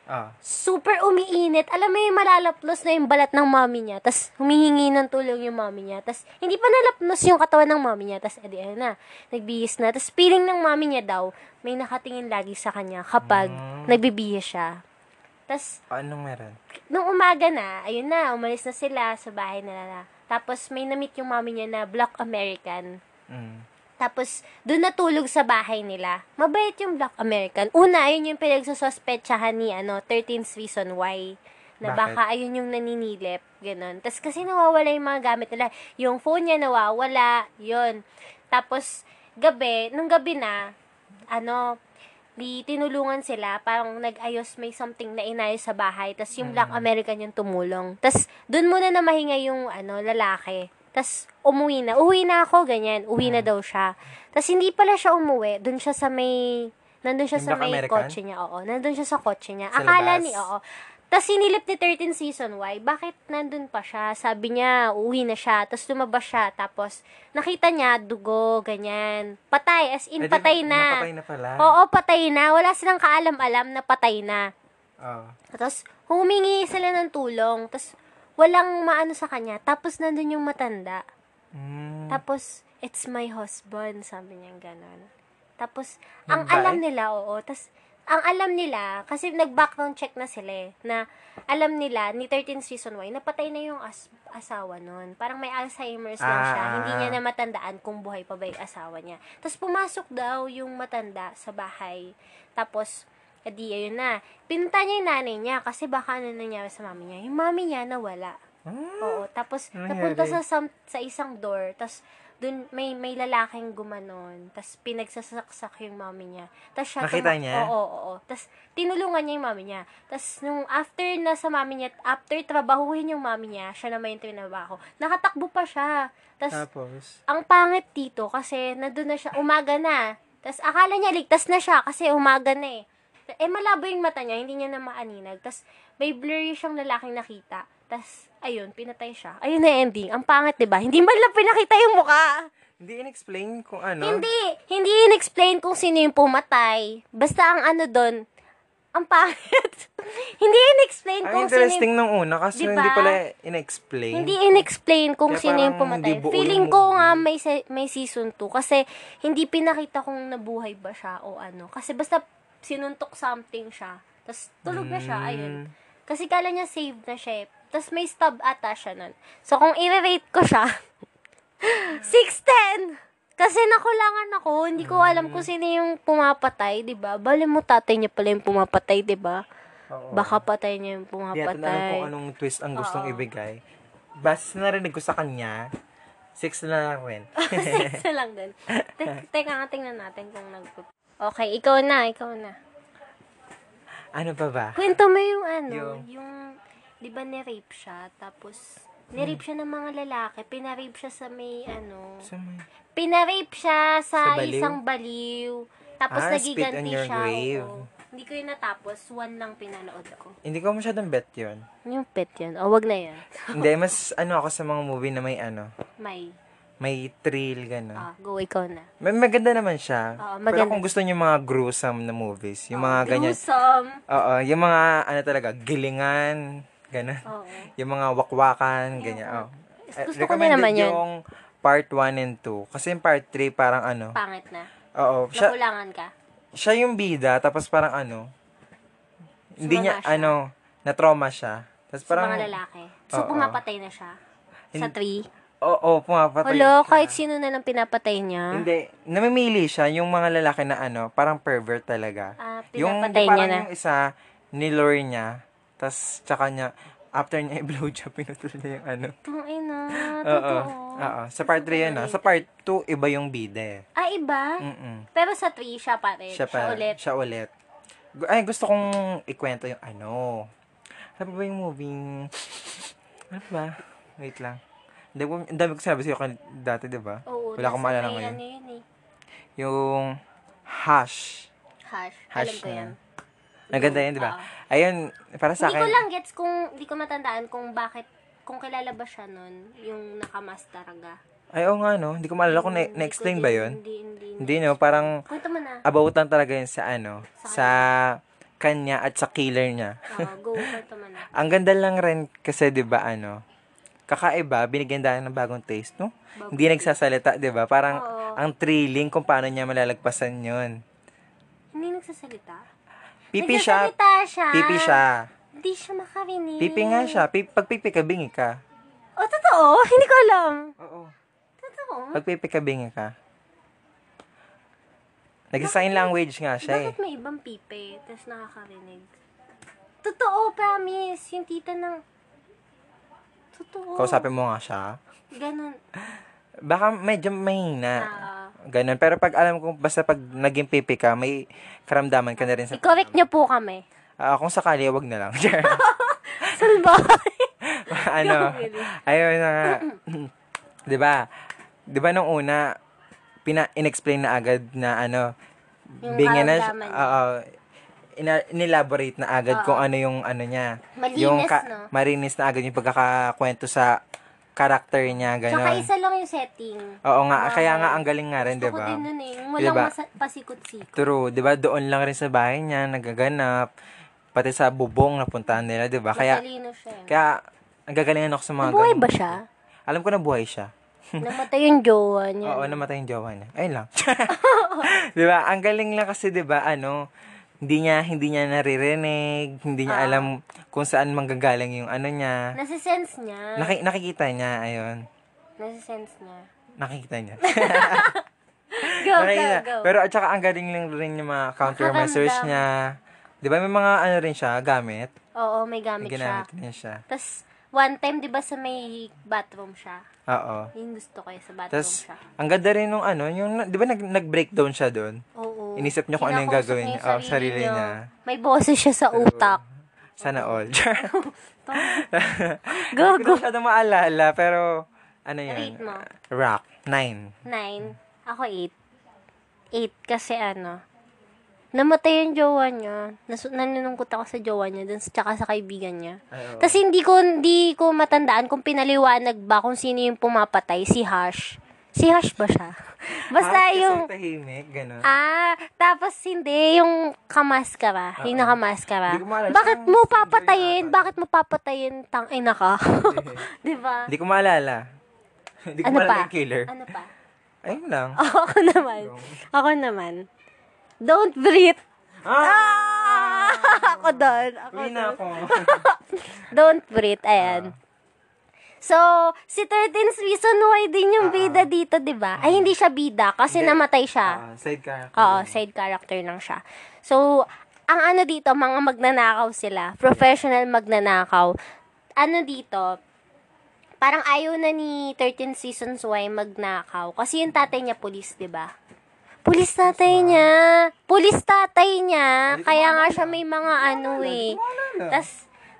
Speaker 2: Ah.
Speaker 1: super umiinit. Alam mo yung malalapnos na yung balat ng mommy niya. Tapos humihingi ng tulong yung mommy niya. Tapos hindi pa nalapnos yung katawan ng mommy niya. Tapos edi ayun na, nagbihis na. Tapos feeling ng mommy niya daw, may nakatingin lagi sa kanya kapag
Speaker 2: Mm.
Speaker 1: nagbibihis siya. Tapos
Speaker 2: Anong meron?
Speaker 1: nung umaga na, ayun na, umalis na sila sa bahay nila. Tapos may na-meet yung mommy niya na Black American.
Speaker 2: Mm.
Speaker 1: Tapos, doon natulog sa bahay nila. Mabait yung Black American. Una, ayun yung pinagsusospetsahan ni, ano, 13th Reason Why. Na
Speaker 2: Bakit?
Speaker 1: baka ayun yung naninilip. Ganon. Tapos, kasi nawawala yung mga gamit nila. Yung phone niya nawawala. Yun. Tapos, gabi, nung gabi na, ano, di tinulungan sila, parang nag-ayos, may something na inayos sa bahay. Tapos yung
Speaker 2: Mm.
Speaker 1: Black American yung tumulong. Tapos doon muna na mahinga yung ano, lalaki. Tapos umuwi na. Uwi na ako, ganyan. Uwi
Speaker 2: Mm.
Speaker 1: na daw siya. Tapos hindi pala siya umuwi. Doon siya sa may... Nandun siya
Speaker 2: Yung
Speaker 1: sa
Speaker 2: Black
Speaker 1: may
Speaker 2: American?
Speaker 1: kotse niya. Oo, nandun siya sa kotse niya.
Speaker 2: Sa
Speaker 1: Akala
Speaker 2: labas?
Speaker 1: ni, oo. Tapos sinilip ni 13 season why, bakit nandun pa siya? Sabi niya, uuwi na siya. Tapos lumabas siya. Tapos nakita niya, dugo, ganyan. Patay, as in,
Speaker 2: Eh, di ba-
Speaker 1: patay na.
Speaker 2: Napatay na pala.
Speaker 1: Oo, patay na. Wala silang kaalam-alam na patay na.
Speaker 2: Oh.
Speaker 1: Tapos, humingi sila ng tulong. Tapos, walang maano sa kanya. Tapos, nandun yung matanda.
Speaker 2: Mm.
Speaker 1: Tapos, it's my husband, sabi niya gano'n. Tapos, ang
Speaker 2: Yung bae?
Speaker 1: alam nila, oo. Tapos, ang alam nila, kasi nag-background check na sila eh, na alam nila ni 13 Season Why, napatay na yung as- asawa nun. Parang may Alzheimer's lang siya.
Speaker 2: Ah.
Speaker 1: Hindi niya na matandaan kung buhay pa ba yung asawa niya. Tapos pumasok daw yung matanda sa bahay. Tapos, edi ayun na. Pinunta niya yung nanay niya kasi baka ano nangyari sa mami niya. Yung mami niya nawala. Oo, tapos
Speaker 2: Ano
Speaker 1: napunta
Speaker 2: nangyari?
Speaker 1: sa some- sa isang door, tapos dun may may lalaking gumanon, tapos pinagsasaksak yung mami niya. Tapos siya
Speaker 2: Nakita
Speaker 1: tuma-
Speaker 2: niya?
Speaker 1: Oo, oo, oo. Tapos tinulungan niya yung mami niya. Tapos nung after na sa mami niya, after trabahuhin yung mami niya, siya naman yung tinabaho. Nakatakbo pa siya. Tapos
Speaker 2: Tapos,
Speaker 1: ang pangit dito kasi nandun na siya, umaga na. Tapos akala niya ligtas na siya kasi umaga na eh. Eh malabo yung mata niya, hindi niya na maaninag. Tapos may blurry siyang lalaking nakita. Tapos ayun, pinatay siya. Ayun na yung ending. Ang pangit 'di ba? Hindi man lang pinakita yung mukha.
Speaker 2: hindi in-explain kung ano.
Speaker 1: Hindi, hindi in-explain kung sino yung pumatay. Basta ang ano doon, ang pangit. hindi in-explain
Speaker 2: Ang
Speaker 1: kung sino yung
Speaker 2: interesting nung una kasi
Speaker 1: Diba?
Speaker 2: hindi pala in-explain.
Speaker 1: Hindi in-explain kung
Speaker 2: Kaya
Speaker 1: sino yung
Speaker 2: parang
Speaker 1: pumatay.
Speaker 2: hindi buo
Speaker 1: Feeling
Speaker 2: yung
Speaker 1: ko
Speaker 2: movie.
Speaker 1: nga may, se- may season 2 kasi hindi pinakita kung nabuhay ba siya o ano. Kasi basta sinuntok something siya. Tapos tulog na siya, ayun.
Speaker 2: Hmm.
Speaker 1: Kasi kala niya save na siya eh. Tapos may stab ata siya nun. So kung i-rate ko siya, 610! Kasi nakulangan ako, hindi ko alam
Speaker 2: Hmm.
Speaker 1: kung sino yung pumapatay, di ba? Bale mo tatay niya pala yung pumapatay, di ba?
Speaker 2: Oo.
Speaker 1: Baka patay niya yung
Speaker 2: Hindi natin alam kung ano
Speaker 1: pumapatay.
Speaker 2: anong twist ang gustong ibigay. Basta narinig ko sa kanya, six na lang rin.
Speaker 1: Ah. Six na lang din. Te- teka nga, tingnan natin kung nag... Okay, ikaw na, ikaw na.
Speaker 2: ano pa ba?
Speaker 1: Kwento mo yung ano,
Speaker 2: Yung-
Speaker 1: yung... di ba nirape siya, tapos... Nirape siya ng mga lalaki, pinarape siya sa may ano...
Speaker 2: Sa may-
Speaker 1: Pinarape siya sa,
Speaker 2: Sa baliw?
Speaker 1: isang baliw. Tapos
Speaker 2: Ah, spit on
Speaker 1: nagiganti
Speaker 2: your
Speaker 1: siya.
Speaker 2: grave.
Speaker 1: oo. Hindi ko yun natapos, one lang pinanood ako.
Speaker 2: Hindi ko masyadong bet yun.
Speaker 1: Yung pet yan. O, wag na yan.
Speaker 2: Hindi, mas ano ako sa mga movie na may ano,
Speaker 1: May,
Speaker 2: may thrill, gano'n.
Speaker 1: ah, go, ikaw na.
Speaker 2: May maganda naman siya.
Speaker 1: Oo,
Speaker 2: Pero
Speaker 1: maganda.
Speaker 2: kung gusto niyo mga gruesome na movies, yung mga
Speaker 1: Ah,
Speaker 2: ganyan.
Speaker 1: Gruesome.
Speaker 2: Oo, yung mga ano talaga, gilingan, gano'n.
Speaker 1: Oo.
Speaker 2: Yung mga wakwakan, ganyan. Oh.
Speaker 1: Ah. Gusto ko na
Speaker 2: Recommended
Speaker 1: naman yun.
Speaker 2: yung part 1 and 2. Kasi yung part 3 parang ano.
Speaker 1: Pangit na.
Speaker 2: Oo, siya,
Speaker 1: Nakulangan ka.
Speaker 2: siya yung bida, tapos parang ano, hindi
Speaker 1: Sumama
Speaker 2: niya,
Speaker 1: siya.
Speaker 2: ano, na-trauma siya. Tapos
Speaker 1: sa
Speaker 2: parang,
Speaker 1: mga lalaki. So,
Speaker 2: Oo.
Speaker 1: pumapatay na siya. Sa three.
Speaker 2: oo, oh, pumapatay.
Speaker 1: Hello, kahit sino na lang pinapatay niya.
Speaker 2: Hindi, namimili siya yung mga lalaki na ano, parang pervert talaga.
Speaker 1: Ah,
Speaker 2: yung
Speaker 1: pinapatay
Speaker 2: parang
Speaker 1: niya na.
Speaker 2: yung isa, nilure niya, tapos tsaka niya, after niya i-blowjob, pinutol niya yung ano.
Speaker 1: Tungay na,
Speaker 2: Oo,
Speaker 1: totoo.
Speaker 2: oo. Sa part 3 yun, ah. Sa part 2, iba yung bida eh.
Speaker 1: Ah, iba?
Speaker 2: Mm-mm.
Speaker 1: Pero sa three, siya pa rin. Siya,
Speaker 2: pa-
Speaker 1: ulit.
Speaker 2: Siya ulit. Gu- Ay, gusto kong ikwento yung ano. Ano ba yung moving... Ano ba? Wait lang. Hindi ko, ang dami ko sinabi sa'yo kan- dati, di ba?
Speaker 1: Oo,
Speaker 2: Wala akong
Speaker 1: nasa
Speaker 2: maalala
Speaker 1: may
Speaker 2: ngayon.
Speaker 1: Ano yun eh.
Speaker 2: Yung hash.
Speaker 1: Hush.
Speaker 2: Hash
Speaker 1: Alam ko
Speaker 2: na.
Speaker 1: yan.
Speaker 2: Naganda yun, di ba?
Speaker 1: Oo.
Speaker 2: Ayun, para sa
Speaker 1: Hindi ko
Speaker 2: akin,
Speaker 1: lang gets kung, hindi ko matandaan kung bakit, kung kilala ba siya nun, yung nakamask talaga.
Speaker 2: ay, oo nga, no? Hindi ko maalala kung na-
Speaker 1: Hindi ko
Speaker 2: na-explain
Speaker 1: din-
Speaker 2: ba yun.
Speaker 1: Hindi, hindi. hindi.
Speaker 2: Hindi, no? Ah. Parang
Speaker 1: Kwento mo na.
Speaker 2: about lang talaga yun sa ano, sa kanya at sa killer niya.
Speaker 1: Oo, go, kwento mo na.
Speaker 2: Ang ganda lang rin kasi 'di ba ano? Kakaiba, binigyan tayo ng bagong taste, no? Hindi nagsasalita, 'di ba? Parang
Speaker 1: Oo.
Speaker 2: ang thrilling kung paano niya malalagpasan 'yon.
Speaker 1: Hindi nagsasalita.
Speaker 2: Pipi siya.
Speaker 1: Nagsasalita siya.
Speaker 2: Pipi siya.
Speaker 1: Hindi siya makarinig.
Speaker 2: Pipi nga siya. Pipi, pag pipi ka, bingi ka.
Speaker 1: Oh, totoo? Hindi ko alam.
Speaker 2: Oo.
Speaker 1: Totoo?
Speaker 2: Pag pipi ka, bingi ka. Nag-sign language nga siya eh.
Speaker 1: Bakit may ibang pipe, tapos nakakarinig? Totoo, promise. Yung tita ng... Totoo.
Speaker 2: Kausapin mo nga siya.
Speaker 1: Ganun.
Speaker 2: Baka medyo mahina.
Speaker 1: Ah,
Speaker 2: Ganun. Pero pag alam ko, basta pag naging pipi ka, may karamdaman ka na rin sa...
Speaker 1: i-correct niyo po kami.
Speaker 2: Ah, kung sakali, wag na lang.
Speaker 1: Salbahay.
Speaker 2: ano, ayun na nga. 'Di ba? 'Di ba nung una pina inexplain na agad na ano
Speaker 1: Yung
Speaker 2: bingi na siya-
Speaker 1: karamdaman niya.
Speaker 2: oo. ina- inelaborate na agad kung ano yung ano niya.
Speaker 1: Malinis,
Speaker 2: yung
Speaker 1: no?
Speaker 2: marinis na agad yung pagkakakwento sa karakter niya
Speaker 1: Tsaka
Speaker 2: ganun.
Speaker 1: isa lang yung setting.
Speaker 2: Oo nga, kaya nga ang galing nga rin, 'di
Speaker 1: Ako
Speaker 2: ba?
Speaker 1: din nun eh. Yung Walang
Speaker 2: Diba?
Speaker 1: masa- pasikot-sikot.
Speaker 2: True, 'di ba? Doon lang rin sa bahay niya nagaganap pati sa bubong napuntahan nila, 'di ba? Ah, Kaya
Speaker 1: Matalino siya. eh.
Speaker 2: kaya ang gagalingan ako sa mga
Speaker 1: Nabuhay
Speaker 2: ganun.
Speaker 1: ba siya?
Speaker 2: Alam ko na buhay siya.
Speaker 1: Namatay yung jowa niya.
Speaker 2: Oo, namatay yung jowa niya. Ayun lang. di ba? Ang galing lang kasi, di ba, ano, hindi niya, hindi niya naririnig, hindi niya
Speaker 1: Ah.
Speaker 2: alam kung saan manggagaling yung ano niya.
Speaker 1: Nasisense niya.
Speaker 2: Naki, nakikita niya, ayun.
Speaker 1: Nasisense niya.
Speaker 2: Nakikita niya.
Speaker 1: Go,
Speaker 2: Nakikita.
Speaker 1: go, go.
Speaker 2: Pero at saka ang galing lang rin yung mga counter
Speaker 1: Nakaramdam.
Speaker 2: measures niya. Di ba may mga ano rin siya, gamit.
Speaker 1: Oo, may gamit siya.
Speaker 2: Ginamit niya siya.
Speaker 1: Tapos, one time, di ba sa may bathroom siya?
Speaker 2: Oo.
Speaker 1: Yung gusto ko, eh, sa bathroom
Speaker 2: Tapos,
Speaker 1: siya.
Speaker 2: ang ganda rin nung ano, yung, di ba nag, nag-breakdown siya doon?
Speaker 1: Oo.
Speaker 2: Inisip niya kung ano yung
Speaker 1: Kinakausap
Speaker 2: gagawin niya. Oh, sarili niya.
Speaker 1: May boses siya sa utak.
Speaker 2: Sana all. Char.
Speaker 1: Go,
Speaker 2: Hindi ko
Speaker 1: go.
Speaker 2: na masyado maalala, pero ano yun?
Speaker 1: Rate mo.
Speaker 2: Rock. Nine.
Speaker 1: Nine. Ako eight. Eight kasi ano, namatay yung jowa niya. Nas- nanunungkot ako sa jowa niya, dun, sa- tsaka sa kaibigan niya.
Speaker 2: Ay, oo.
Speaker 1: Tapos hindi ko, hindi ko matandaan kung pinaliwanag ba kung sino yung pumapatay, si Hash. Si Hash ba siya? Basta
Speaker 2: Ah, kasi
Speaker 1: yung...
Speaker 2: tahimik, ganun.
Speaker 1: Ah, tapos hindi, yung kamaskara, yung nakamaskara.
Speaker 2: Ah, Hindi ko maalala,
Speaker 1: Bakit
Speaker 2: siyang
Speaker 1: mo
Speaker 2: singer
Speaker 1: papatayin? Bakit mo papatayin tang ina ka? 'Di ba?
Speaker 2: Hindi ko maalala. Hindi ko
Speaker 1: Ano
Speaker 2: maalala
Speaker 1: pa?
Speaker 2: yung killer.
Speaker 1: Ano pa?
Speaker 2: Ayun lang.
Speaker 1: Oh, ako naman. Ako naman. Don't breathe.
Speaker 2: Ah!
Speaker 1: Ah! Ano ako doon. Ako
Speaker 2: Uwi
Speaker 1: doon.
Speaker 2: na Ah. ako.
Speaker 1: Don't breathe. Ayan. So, si 13th reason why din yung bida dito, 'di ba? Ay hindi siya bida kasi
Speaker 2: Ah, Mm. Hindi.
Speaker 1: namatay siya.
Speaker 2: Ah, side character.
Speaker 1: Oo, side character lang siya. So, ang ano dito, mga magnanakaw sila. Professional magnanakaw. Ano dito, parang ayaw na ni 13 Seasons Why magnakaw. Kasi yung tatay niya, pulis, di ba? Pulis tatay niya. Pulis tatay niya.
Speaker 2: Hindi ko
Speaker 1: Kaya nga
Speaker 2: maalala.
Speaker 1: siya may mga ano eh.
Speaker 2: Hindi ko maalala.
Speaker 1: Tas,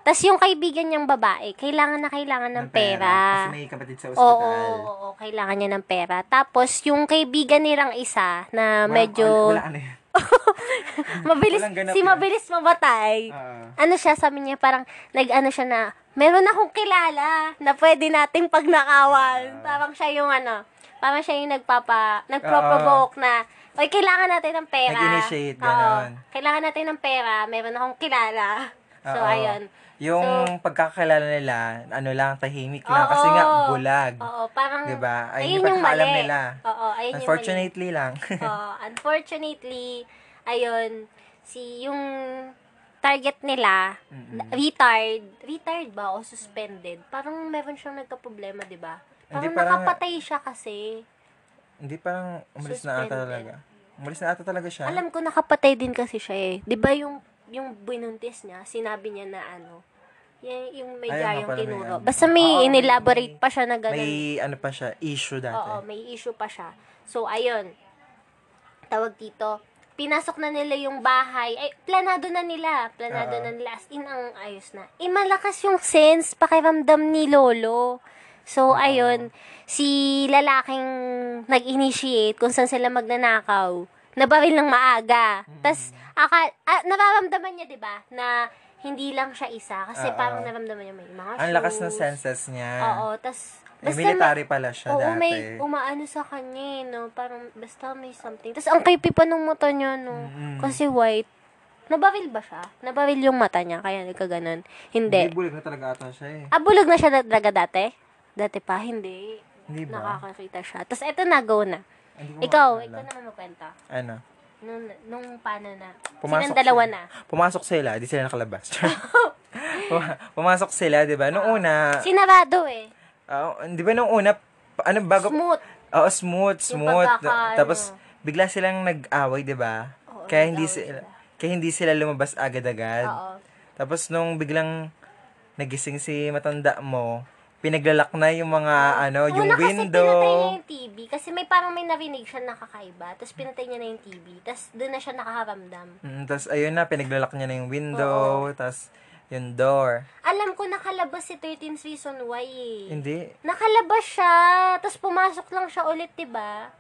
Speaker 1: tas yung kaibigan niyang babae, kailangan na kailangan ng, pera.
Speaker 2: Kasi may kapatid sa
Speaker 1: Oo,
Speaker 2: ospital.
Speaker 1: oo, oo, kailangan niya ng pera. Tapos, yung kaibigan nilang isa na Ah, medyo
Speaker 2: Wala, wala ano yun.
Speaker 1: mabilis,
Speaker 2: Walang ganap
Speaker 1: si
Speaker 2: yan.
Speaker 1: mabilis mabatay.
Speaker 2: Ah.
Speaker 1: ano siya, sabi niya parang, nag-ano siya na, meron akong kilala na pwede nating
Speaker 2: Ah.
Speaker 1: pagnakawan. parang siya yung ano, parang siya yung nagpapa, nagproprovoke na, Oy, kailangan natin ng pera.
Speaker 2: Ah. Nag-initiate,
Speaker 1: Oo.
Speaker 2: ganon.
Speaker 1: kailangan natin ng pera, meron akong kilala. So,
Speaker 2: Oo.
Speaker 1: ayun.
Speaker 2: Yung
Speaker 1: So-
Speaker 2: pagkakakilala nila, ano lang, tahimik lang. Kasi
Speaker 1: Oo.
Speaker 2: nga, bulag.
Speaker 1: Oo, parang,
Speaker 2: Diba? Ayun
Speaker 1: ayun,
Speaker 2: yung
Speaker 1: yung mali.
Speaker 2: pagkakaalam nila.
Speaker 1: Oo, ayun yung mali.
Speaker 2: Unfortunately lang.
Speaker 1: Oo, Ah, unfortunately, ayun, si yung target nila, retard, retard ba o suspended? Parang meron siyang nagka-problema, di ba? Parang
Speaker 2: Hindi, parang-
Speaker 1: nakapatay siya kasi.
Speaker 2: Hindi parang umalis na ata
Speaker 1: Suspended.
Speaker 2: talaga. Umalis na ata talaga siya.
Speaker 1: Alam ko nakapatay din kasi siya eh. Di ba yung, yung binuntis niya, sinabi niya na ano, yung, yung may
Speaker 2: Ayun nga
Speaker 1: diaryong
Speaker 2: pala, may
Speaker 1: tinuro.
Speaker 2: ano.
Speaker 1: Basta may
Speaker 2: Oo,
Speaker 1: inelaborate
Speaker 2: may-
Speaker 1: pa siya na ganun.
Speaker 2: May ano pa siya, issue
Speaker 1: Oo,
Speaker 2: dati.
Speaker 1: may issue pa siya. So, ayun. Tawag dito. Pinasok na nila yung bahay. Ay, planado na nila. Planado
Speaker 2: Oo.
Speaker 1: na nila. As in, ang ayos na. Eh, malakas yung sense, pakiramdam ni Lolo. So, ayun. Si lalaking nag-initiate kung saan sila magnanakaw. Nabaril ng maaga.
Speaker 2: Mm-hmm.
Speaker 1: tas akal, ah, nararamdaman niya, di ba, na hindi lang siya isa. Kasi
Speaker 2: Oo.
Speaker 1: parang naramdaman niya may mga
Speaker 2: Ang lakas ng
Speaker 1: shoes.
Speaker 2: senses niya.
Speaker 1: Oo, tas...
Speaker 2: Eh,
Speaker 1: basta may-
Speaker 2: military pala siya
Speaker 1: Oo,
Speaker 2: dati.
Speaker 1: may umaano sa kanya, eh, no? Parang, basta may something. Tapos, ang creepy pa nung mata niya, no?
Speaker 2: Mm-mm.
Speaker 1: Kasi white. Nabaril ba siya? Nabaril yung mata niya, kaya nagkaganon. Hindi.
Speaker 2: Hindi, bulag na talaga ata siya eh.
Speaker 1: Ah, bulag na siya na talaga dati? Dati pa, hindi.
Speaker 2: Hindi ba?
Speaker 1: Nakakakita siya. Tapos, eto na, go na.
Speaker 2: Hindi ko
Speaker 1: Ah, Ikaw,
Speaker 2: maalala.
Speaker 1: ikaw naman magkwenta.
Speaker 2: Ano?
Speaker 1: Nung, nung paano na?
Speaker 2: Pumasok
Speaker 1: Silang dalawa
Speaker 2: sila.
Speaker 1: na.
Speaker 2: Pumasok sila, di sila nakalabas. Puma- Pumasok sila, di ba?
Speaker 1: Ah,
Speaker 2: Nung una,
Speaker 1: Sinarado eh.
Speaker 2: ah, di ba nung una, pa- ano, bago,
Speaker 1: Smooth.
Speaker 2: Oo, smooth, smooth.
Speaker 1: pagkaka-
Speaker 2: Tapos,
Speaker 1: ano.
Speaker 2: bigla silang nag-away, di ba?
Speaker 1: Oo,
Speaker 2: Kaya hindi
Speaker 1: nag-away
Speaker 2: sila, kaya hindi sila lumabas agad-agad.
Speaker 1: Oo.
Speaker 2: Tapos, nung biglang nagising si matanda mo, pinaglalak na yung mga,
Speaker 1: Ah,
Speaker 2: ano, yung
Speaker 1: Una
Speaker 2: window.
Speaker 1: kasi pinatay niya yung TV. Kasi may parang may narinig siya nakakaiba. Tapos pinatay niya na yung TV. Tapos doon na siya nakaharamdam.
Speaker 2: Mm, tapos, ayun na, pinaglalak niya na yung window. Tapos, yung door.
Speaker 1: Alam ko nakalabas si 13th Reason Why eh.
Speaker 2: Hindi.
Speaker 1: Nakalabas siya. Tapos pumasok lang siya ulit, diba?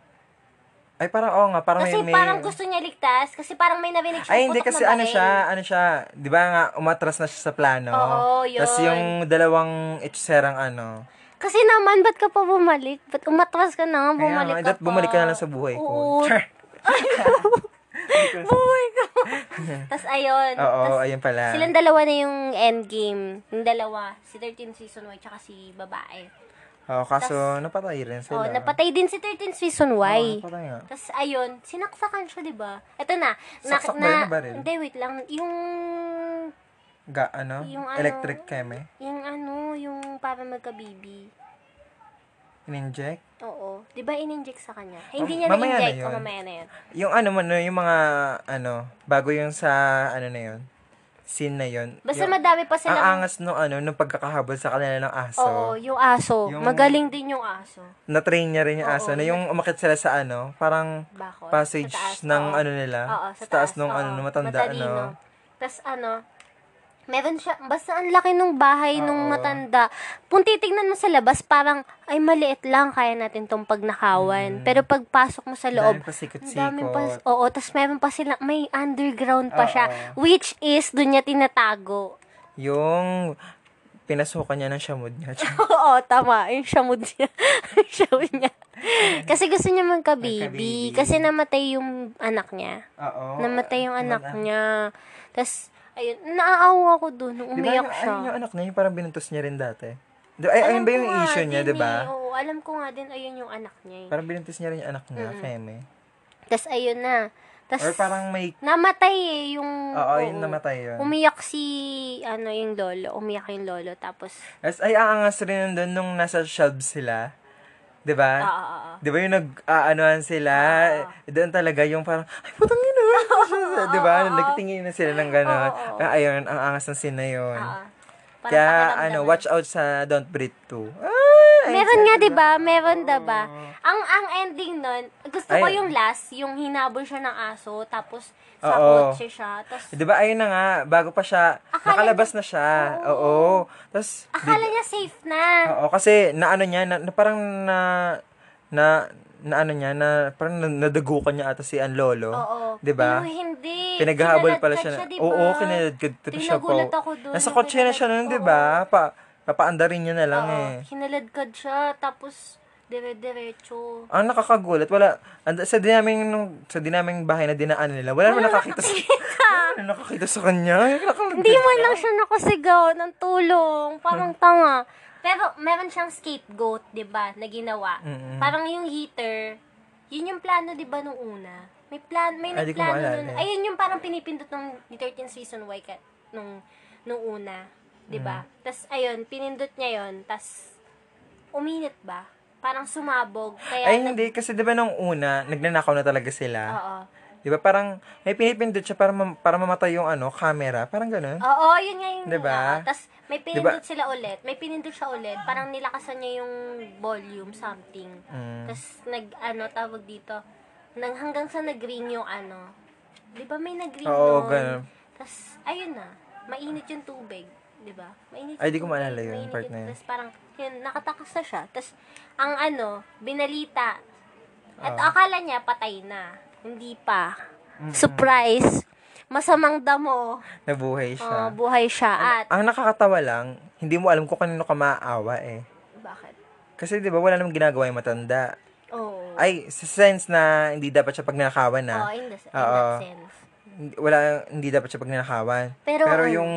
Speaker 2: Ay, parang, oo nga, parang
Speaker 1: Kasi
Speaker 2: may, may...
Speaker 1: parang gusto niya ligtas. Kasi parang may narinig siya.
Speaker 2: Ay, hindi
Speaker 1: putok na
Speaker 2: kasi ano
Speaker 1: baril.
Speaker 2: siya, ano siya, 'di ba nga umatras na siya sa plano.
Speaker 1: Oo,
Speaker 2: Tapos
Speaker 1: yun.
Speaker 2: yung dalawang etserang ano.
Speaker 1: Kasi naman, ba't ka pa bumalik? Ba't umatras ka na nga?
Speaker 2: Kaya
Speaker 1: Bumalik
Speaker 2: nga,
Speaker 1: ka
Speaker 2: dapat bumalik ka na lang sa buhay ko.
Speaker 1: Oo.
Speaker 2: Char.
Speaker 1: buhay ko. Tapos ayun.
Speaker 2: Oo,
Speaker 1: Tas
Speaker 2: ayun pala.
Speaker 1: Silang dalawa na yung endgame. Yung dalawa, si 13 Season Y, tsaka si babae.
Speaker 2: Oh, kaso napatay rin
Speaker 1: Oh,
Speaker 2: sila.
Speaker 1: napatay din si 13th Reason Why.
Speaker 2: Oo, napatay nga.
Speaker 1: Tapos, ayun, sinaksakan siya, di ba? Ito na.
Speaker 2: Saksak ba yun na baril?
Speaker 1: Hindi, wait lang. Yung,
Speaker 2: Ga, ano?
Speaker 1: Yung ano-
Speaker 2: Electric keme.
Speaker 1: yung ano, yung para magka-baby.
Speaker 2: In-inject.
Speaker 1: Oo. Di ba in-inject sa kanya? Eh, hindi niya
Speaker 2: mamaya na
Speaker 1: na-inject.
Speaker 2: yun.
Speaker 1: oh, mamaya na yun.
Speaker 2: Yung ano man, no, yung mga, ano, bago yung sa, ano na yun, scene na yun.
Speaker 1: Basta
Speaker 2: yung,
Speaker 1: madami pa
Speaker 2: Ang
Speaker 1: silang...
Speaker 2: angas no, ano, nung pagkakahabol sa kanila ng aso.
Speaker 1: oo, yung aso.
Speaker 2: oh. Yung-
Speaker 1: Magaling din yung aso.
Speaker 2: Na-train niya rin yung
Speaker 1: Oo.
Speaker 2: aso. Na yung umakit sila sa ano, parang
Speaker 1: Bakod.
Speaker 2: passage
Speaker 1: Sa taas,
Speaker 2: ng
Speaker 1: oo.
Speaker 2: ano nila.
Speaker 1: Oo, sa, taas. oo.
Speaker 2: nung ano, nung matanda, ano.
Speaker 1: Tapos ano, meron siya, basta ang laki nung bahay nung
Speaker 2: Oo.
Speaker 1: matanda. Kung titignan mo sa labas, parang, ay maliit lang, kaya natin tong
Speaker 2: Mm.
Speaker 1: pagnakawan. Pero pagpasok mo sa
Speaker 2: Ang
Speaker 1: loob,
Speaker 2: daming
Speaker 1: ang daming
Speaker 2: pasikot-sikot.
Speaker 1: pa, oo, tapos meron pa sila, may underground pa
Speaker 2: Oo.
Speaker 1: siya, which is, dun niya tinatago.
Speaker 2: Yung pinasukan niya ng shamud niya. Tsaka,
Speaker 1: oo, tama, yung shamud niya. yung shamud niya. Kasi gusto niya
Speaker 2: Magka-baby.
Speaker 1: magka-baby. Kasi namatay yung anak niya.
Speaker 2: Oo.
Speaker 1: Namatay yung anak
Speaker 2: Namatay.
Speaker 1: niya. Tapos, ayun, naaawa ko dun. nung
Speaker 2: Di ba
Speaker 1: Umiyak
Speaker 2: Diba yung,
Speaker 1: siya.
Speaker 2: ayun yung anak niya, yung parang binuntos niya rin dati. Di, ay, ayun ba
Speaker 1: ko
Speaker 2: yung
Speaker 1: nga
Speaker 2: issue niya,
Speaker 1: din
Speaker 2: di
Speaker 1: eh.
Speaker 2: ba?
Speaker 1: Oo, alam ko nga din, ayun yung anak niya. Eh.
Speaker 2: Parang binuntos niya rin yung anak niya, Feme.
Speaker 1: Tapos, ayun na. Tapos,
Speaker 2: Or parang may,
Speaker 1: namatay eh, yung...
Speaker 2: oo, yung namatay yun.
Speaker 1: Umiyak si, ano, yung lolo. Umiyak yung lolo. Tapos,
Speaker 2: As, ay, aangas rin nandun nung nasa shelves sila. Di ba?
Speaker 1: ah, ah, ah, ah.
Speaker 2: Di ba yung nag-aanoan sila? Doon talaga yung parang, ay, putang ina. Di ba? Nagtingin na sila ng gano'n. Ah, Ayun, ang angas ng scene na yun.
Speaker 1: ah. Parang
Speaker 2: Hmm. Kaya,
Speaker 1: pakiramdam
Speaker 2: ano,
Speaker 1: na-
Speaker 2: watch out sa Don't Breathe 2. Ah, ay,
Speaker 1: Meron nga, di ba? Meron da ba? Ang ang ending nun, gusto ko
Speaker 2: Ay.
Speaker 1: yung last, yung hinabol siya ng aso, tapos sa
Speaker 2: Oo.
Speaker 1: kotse siya. Tapos,
Speaker 2: Di ba, ayun na nga, bago pa siya,
Speaker 1: Akala
Speaker 2: nakalabas na siya. Oo. Tapos,
Speaker 1: akala niya safe na.
Speaker 2: oo, kasi naano niya, na, na parang na, na, na ano niya, na parang na- nadagukan niya ata si Anlolo.
Speaker 1: Oo.
Speaker 2: Di ba?
Speaker 1: Pero hindi.
Speaker 2: Diba? Pinaghahabol
Speaker 1: Kinaladkad
Speaker 2: pala siya.
Speaker 1: di ba?
Speaker 2: Oo, kinaladkad ko to siya po.
Speaker 1: Tinagulat ako dun.
Speaker 2: Nasa
Speaker 1: Yung
Speaker 2: kotse na siya
Speaker 1: kinaladkad-
Speaker 2: noon, di ba? Pa, papaanda rin niya na lang
Speaker 1: Oo,
Speaker 2: eh.
Speaker 1: Kinaladkad siya, tapos dire-diretso.
Speaker 2: Ang nakakagulat, wala, and, sa dinaming, nung- sa dinaming bahay na dinaan nila, wala naman nakakita sa, wala naman nakakita sa kanya. Ay, nakakalagay.
Speaker 1: Hindi man lang siya nakasigaw ng tulong. Parang tanga. Pero meron siyang scapegoat, di ba, na ginawa.
Speaker 2: Mm-mm.
Speaker 1: Parang yung heater, yun yung plano, di ba, nung una. May plan, may
Speaker 2: Ay, di ko
Speaker 1: nagplano
Speaker 2: maalala
Speaker 1: nun.
Speaker 2: eh.
Speaker 1: Ayun yung parang pinipindot ng 13th season why ka, nung, nung una. Di ba?
Speaker 2: Mm.
Speaker 1: Tas, ayun, pinindot niya yun. Tas, uminit ba? Parang sumabog. Kaya,
Speaker 2: Ay,
Speaker 1: nag-
Speaker 2: hindi. Kasi di ba nung una, nagnanakaw na talaga sila.
Speaker 1: Oo.
Speaker 2: Di ba parang, may pinipindot siya para, mam- para mamatay yung ano, camera. Parang ganun.
Speaker 1: Oo, yun nga yung...
Speaker 2: Di ba?
Speaker 1: Tapos, may pinindot
Speaker 2: Diba?
Speaker 1: sila ulit. May pinindot siya ulit. Parang nilakasan niya yung volume, something.
Speaker 2: Mm.
Speaker 1: Tapos, nag, ano, tawag dito. Nang hanggang sa nag-ring yung ano. Di ba may nag-ring nun?
Speaker 2: Oo, ganun.
Speaker 1: Tapos, ayun na. Mainit yung tubig. Di ba? Mainit
Speaker 2: Ay, di
Speaker 1: yung
Speaker 2: ko maalala
Speaker 1: tubig,
Speaker 2: yun,
Speaker 1: mainit
Speaker 2: part na yun.
Speaker 1: Tapos, parang, yun, nakatakas na siya. Tapos, ang ano, binalita. At akala niya, patay na. Hindi pa. Surprise! Masamang damo. Oh,
Speaker 2: Nabuhay siya. Ano?
Speaker 1: buhay siya at
Speaker 2: Ang nakakatawa lang, hindi mo alam kung kanino ka maaawa eh.
Speaker 1: bakit?
Speaker 2: Kasi di ba wala namang ginagawa yung matanda.
Speaker 1: Oo. Oh.
Speaker 2: Ay, sa sense na hindi dapat siya pagnanakawan na.
Speaker 1: Oh, in, the, in
Speaker 2: Oo.
Speaker 1: that sense.
Speaker 2: Wala, hindi dapat siya pagnanakawan.
Speaker 1: Pero ano?
Speaker 2: yung,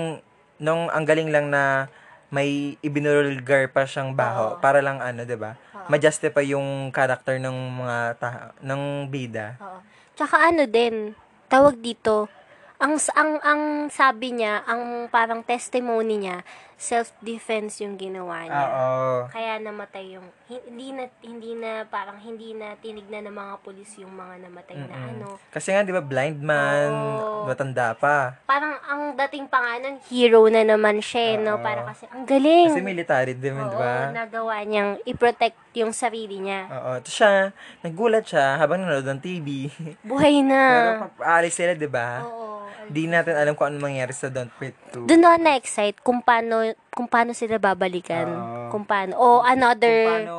Speaker 2: nung ang galing lang na may ibinulgar pa siyang baho
Speaker 1: Oo.
Speaker 2: para lang ano, 'di ba? Ma-justify yung character ng mga ta- ng bida.
Speaker 1: Oo. Tsaka ano din, tawag dito, ang s- ang ang sabi niya, ang parang testimony niya, self-defense yung ginawa niya.
Speaker 2: Ah, Oo.
Speaker 1: Kaya namatay yung hindi na hindi na parang hindi na tinignan ng mga pulis yung mga namatay na ano.
Speaker 2: Kasi nga 'di ba blind man,
Speaker 1: Oo.
Speaker 2: matanda pa.
Speaker 1: Parang ang dating pa nga nun, hero na naman siya, eh, no?
Speaker 2: Oo.
Speaker 1: Para kasi ang galing.
Speaker 2: Kasi military din, 'di ba?
Speaker 1: Oo, nagawa niyang i-protect yung sarili niya.
Speaker 2: Oo. Tapos siya, nagulat siya habang nanonood ng TV.
Speaker 1: Buhay na.
Speaker 2: Pero papaalis sila, 'di
Speaker 1: Ah.
Speaker 2: ba?
Speaker 1: Oo.
Speaker 2: Di natin alam kung ano mangyari sa Don't Quit 2.
Speaker 1: Doon ako na-excite kung paano, kung paano sila babalikan.
Speaker 2: Oo.
Speaker 1: Kung paano. O
Speaker 2: Kung
Speaker 1: another,
Speaker 2: paano,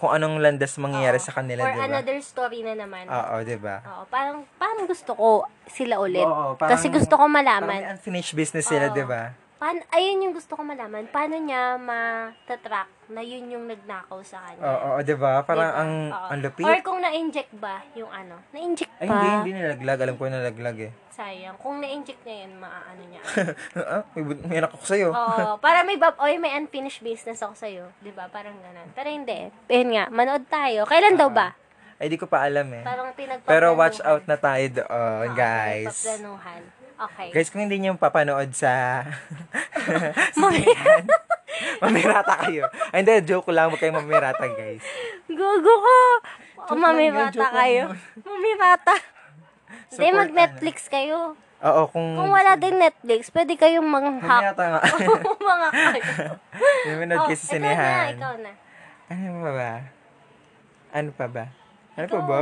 Speaker 2: kung anong landas mangyayari sa kanila,
Speaker 1: eh. or
Speaker 2: 'di ba?
Speaker 1: another story na naman.
Speaker 2: Oo, 'di ba?
Speaker 1: Oo, parang, parang gusto ko sila ulit.
Speaker 2: Oo, parang-
Speaker 1: Kasi gusto ko
Speaker 2: Parang may
Speaker 1: malaman.
Speaker 2: unfinished business sila,
Speaker 1: Oo.
Speaker 2: 'di ba?
Speaker 1: Paano, ayun yung gusto ko malaman. Paano niya ma-track na yun yung nagnakaw sa kanya.
Speaker 2: Oo, oo, di ba? Parang
Speaker 1: Diba?
Speaker 2: ang,
Speaker 1: Oo.
Speaker 2: ang lupit.
Speaker 1: Or kung na-inject ba yung ano? Na-inject
Speaker 2: Ay,
Speaker 1: pa.
Speaker 2: hindi, hindi nalaglag. Alam ko nalaglag eh.
Speaker 1: Sayang. Kung na-inject niya yun, maaano niya.
Speaker 2: ah, may, bu- may anak ako sa'yo.
Speaker 1: Oo. para may bab, oy, may unfinished business ako sa'yo. Di ba? Parang ganun. Pero hindi. Ayun nga, manood tayo. Kailan daw ba?
Speaker 2: Ay, di ko pa alam eh.
Speaker 1: Parang pinagpaplanuhan.
Speaker 2: Ah. Pero watch out na tayo
Speaker 1: Ah,
Speaker 2: doon, guys.
Speaker 1: Pinagpaplanuhan. Okay.
Speaker 2: Guys, kung hindi niyo papanood sa...
Speaker 1: Mami-
Speaker 2: mamirata kayo. Ay, hindi, joke lang. Huwag kayong mamirata, guys.
Speaker 1: Gogo ko. Oh,
Speaker 2: Joke lang
Speaker 1: mami
Speaker 2: yun,
Speaker 1: bata
Speaker 2: joke lang
Speaker 1: kayo. Mami bata. Hindi,
Speaker 2: Support, Mm,
Speaker 1: mag-Netflix kayo.
Speaker 2: Oo, kung...
Speaker 1: Kung wala din Netflix, pwede kayong mang-hack.
Speaker 2: Mamirata nga.
Speaker 1: mga kayo.
Speaker 2: May manood kayo
Speaker 1: Oh,
Speaker 2: sa
Speaker 1: ikaw na,
Speaker 2: sinehan.
Speaker 1: ikaw na.
Speaker 2: Ano pa ba? Ano pa ba? Ano pa ba?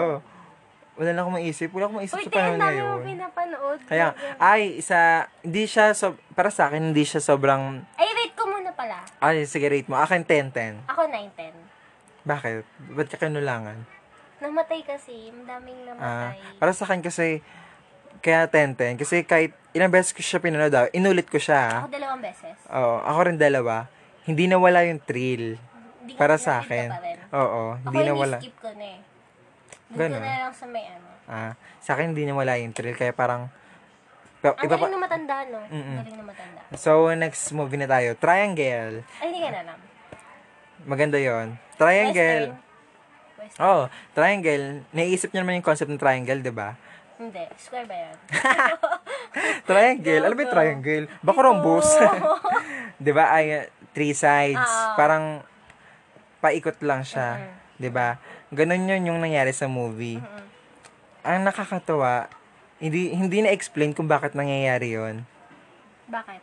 Speaker 2: Wala na akong maisip. Wala akong maisip
Speaker 1: Uy,
Speaker 2: sa
Speaker 1: tingnan
Speaker 2: panahon
Speaker 1: namin mo
Speaker 2: ngayon.
Speaker 1: pinapanood.
Speaker 2: Kaya, ay, isa, hindi siya, so, para sa akin, hindi siya sobrang,
Speaker 1: Ay, wait ko muna pala.
Speaker 2: ay, sige, rate mo. Akin, 10-10.
Speaker 1: Ako 9-10.
Speaker 2: Bakit? Ba't ka kinulangan?
Speaker 1: Namatay kasi. Ang daming
Speaker 2: Ah,
Speaker 1: namatay.
Speaker 2: para sa akin kasi, kaya 10-10. Kasi kahit ilang beses ko siya pinanood, ah, inulit ko
Speaker 1: ako
Speaker 2: siya. ah.
Speaker 1: dalawang beses.
Speaker 2: Oo, ako rin dalawa. Hindi nawala yung thrill.
Speaker 1: Hindi ko
Speaker 2: Para sa
Speaker 1: pinanood
Speaker 2: akin.
Speaker 1: ka pa rin.
Speaker 2: Oo,
Speaker 1: Ako
Speaker 2: hindi nawala.
Speaker 1: skip ko na eh. Doon ko
Speaker 2: Ganun.
Speaker 1: na lang sa may ano.
Speaker 2: Ah, sa akin, hindi nawala yung thrill. Kaya parang,
Speaker 1: Ang
Speaker 2: iba
Speaker 1: galing na matanda, no? Ang
Speaker 2: Mm-mm.
Speaker 1: galing na matanda.
Speaker 2: So, next movie na tayo. Triangle.
Speaker 1: Ay, hindi ka na lang.
Speaker 2: Maganda yon Triangle.
Speaker 1: Western. Western.
Speaker 2: Oh, triangle. Naiisip niyo naman yung concept ng triangle, di ba?
Speaker 1: Hindi. Square ba yan?
Speaker 2: Triangle. Alam mo yung triangle? Baka rhombus. di ba? Ay, three sides.
Speaker 1: Ah.
Speaker 2: Parang paikot lang siya. Di ba? Ganun yun yung nangyari sa movie. Ang nakakatawa, hindi, hindi na-explain kung bakit nangyayari yon
Speaker 1: Bakit?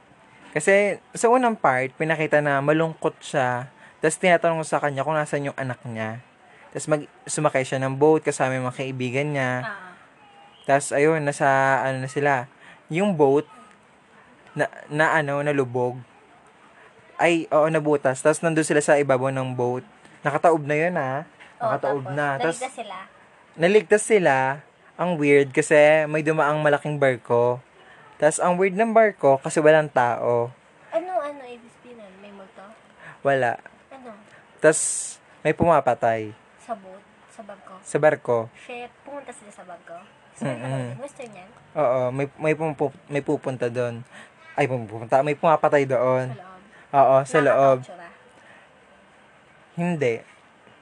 Speaker 2: Kasi sa unang part, pinakita na malungkot siya. Tapos tinatanong ko sa kanya kung nasan yung anak niya. Tapos mag, sumakay siya ng boat kasama yung mga kaibigan niya.
Speaker 1: Ah.
Speaker 2: Tapos ayun, nasa ano na sila. Yung boat na, na ano, nalubog. Ay, oo, nabutas. Tapos nandun sila sa ibabaw ng boat. Nakataob na yun ha.
Speaker 1: Oo,
Speaker 2: Nakataob
Speaker 1: Oh, tapos,
Speaker 2: na. Tapos
Speaker 1: Naligtas sila.
Speaker 2: naligtas sila. Ang weird kasi may dumaang malaking barko. Tapos ang weird ng barko kasi walang tao.
Speaker 1: Ano, ano, ibig nun? May multo?
Speaker 2: Wala.
Speaker 1: Ano?
Speaker 2: Tapos, may pumapatay
Speaker 1: Sa boat? Sa bangko?
Speaker 2: sa barko.
Speaker 1: Shit, pumunta sila sa bangko. Square ba yun? Western yan?
Speaker 2: Oo, may, may, pumupu, may pupunta doon. Ay, pupunta. May pumapatay
Speaker 1: Sa
Speaker 2: doon.
Speaker 1: loob. ah.
Speaker 2: Oo, sa loob.
Speaker 1: Nakakautsura.
Speaker 2: Hindi.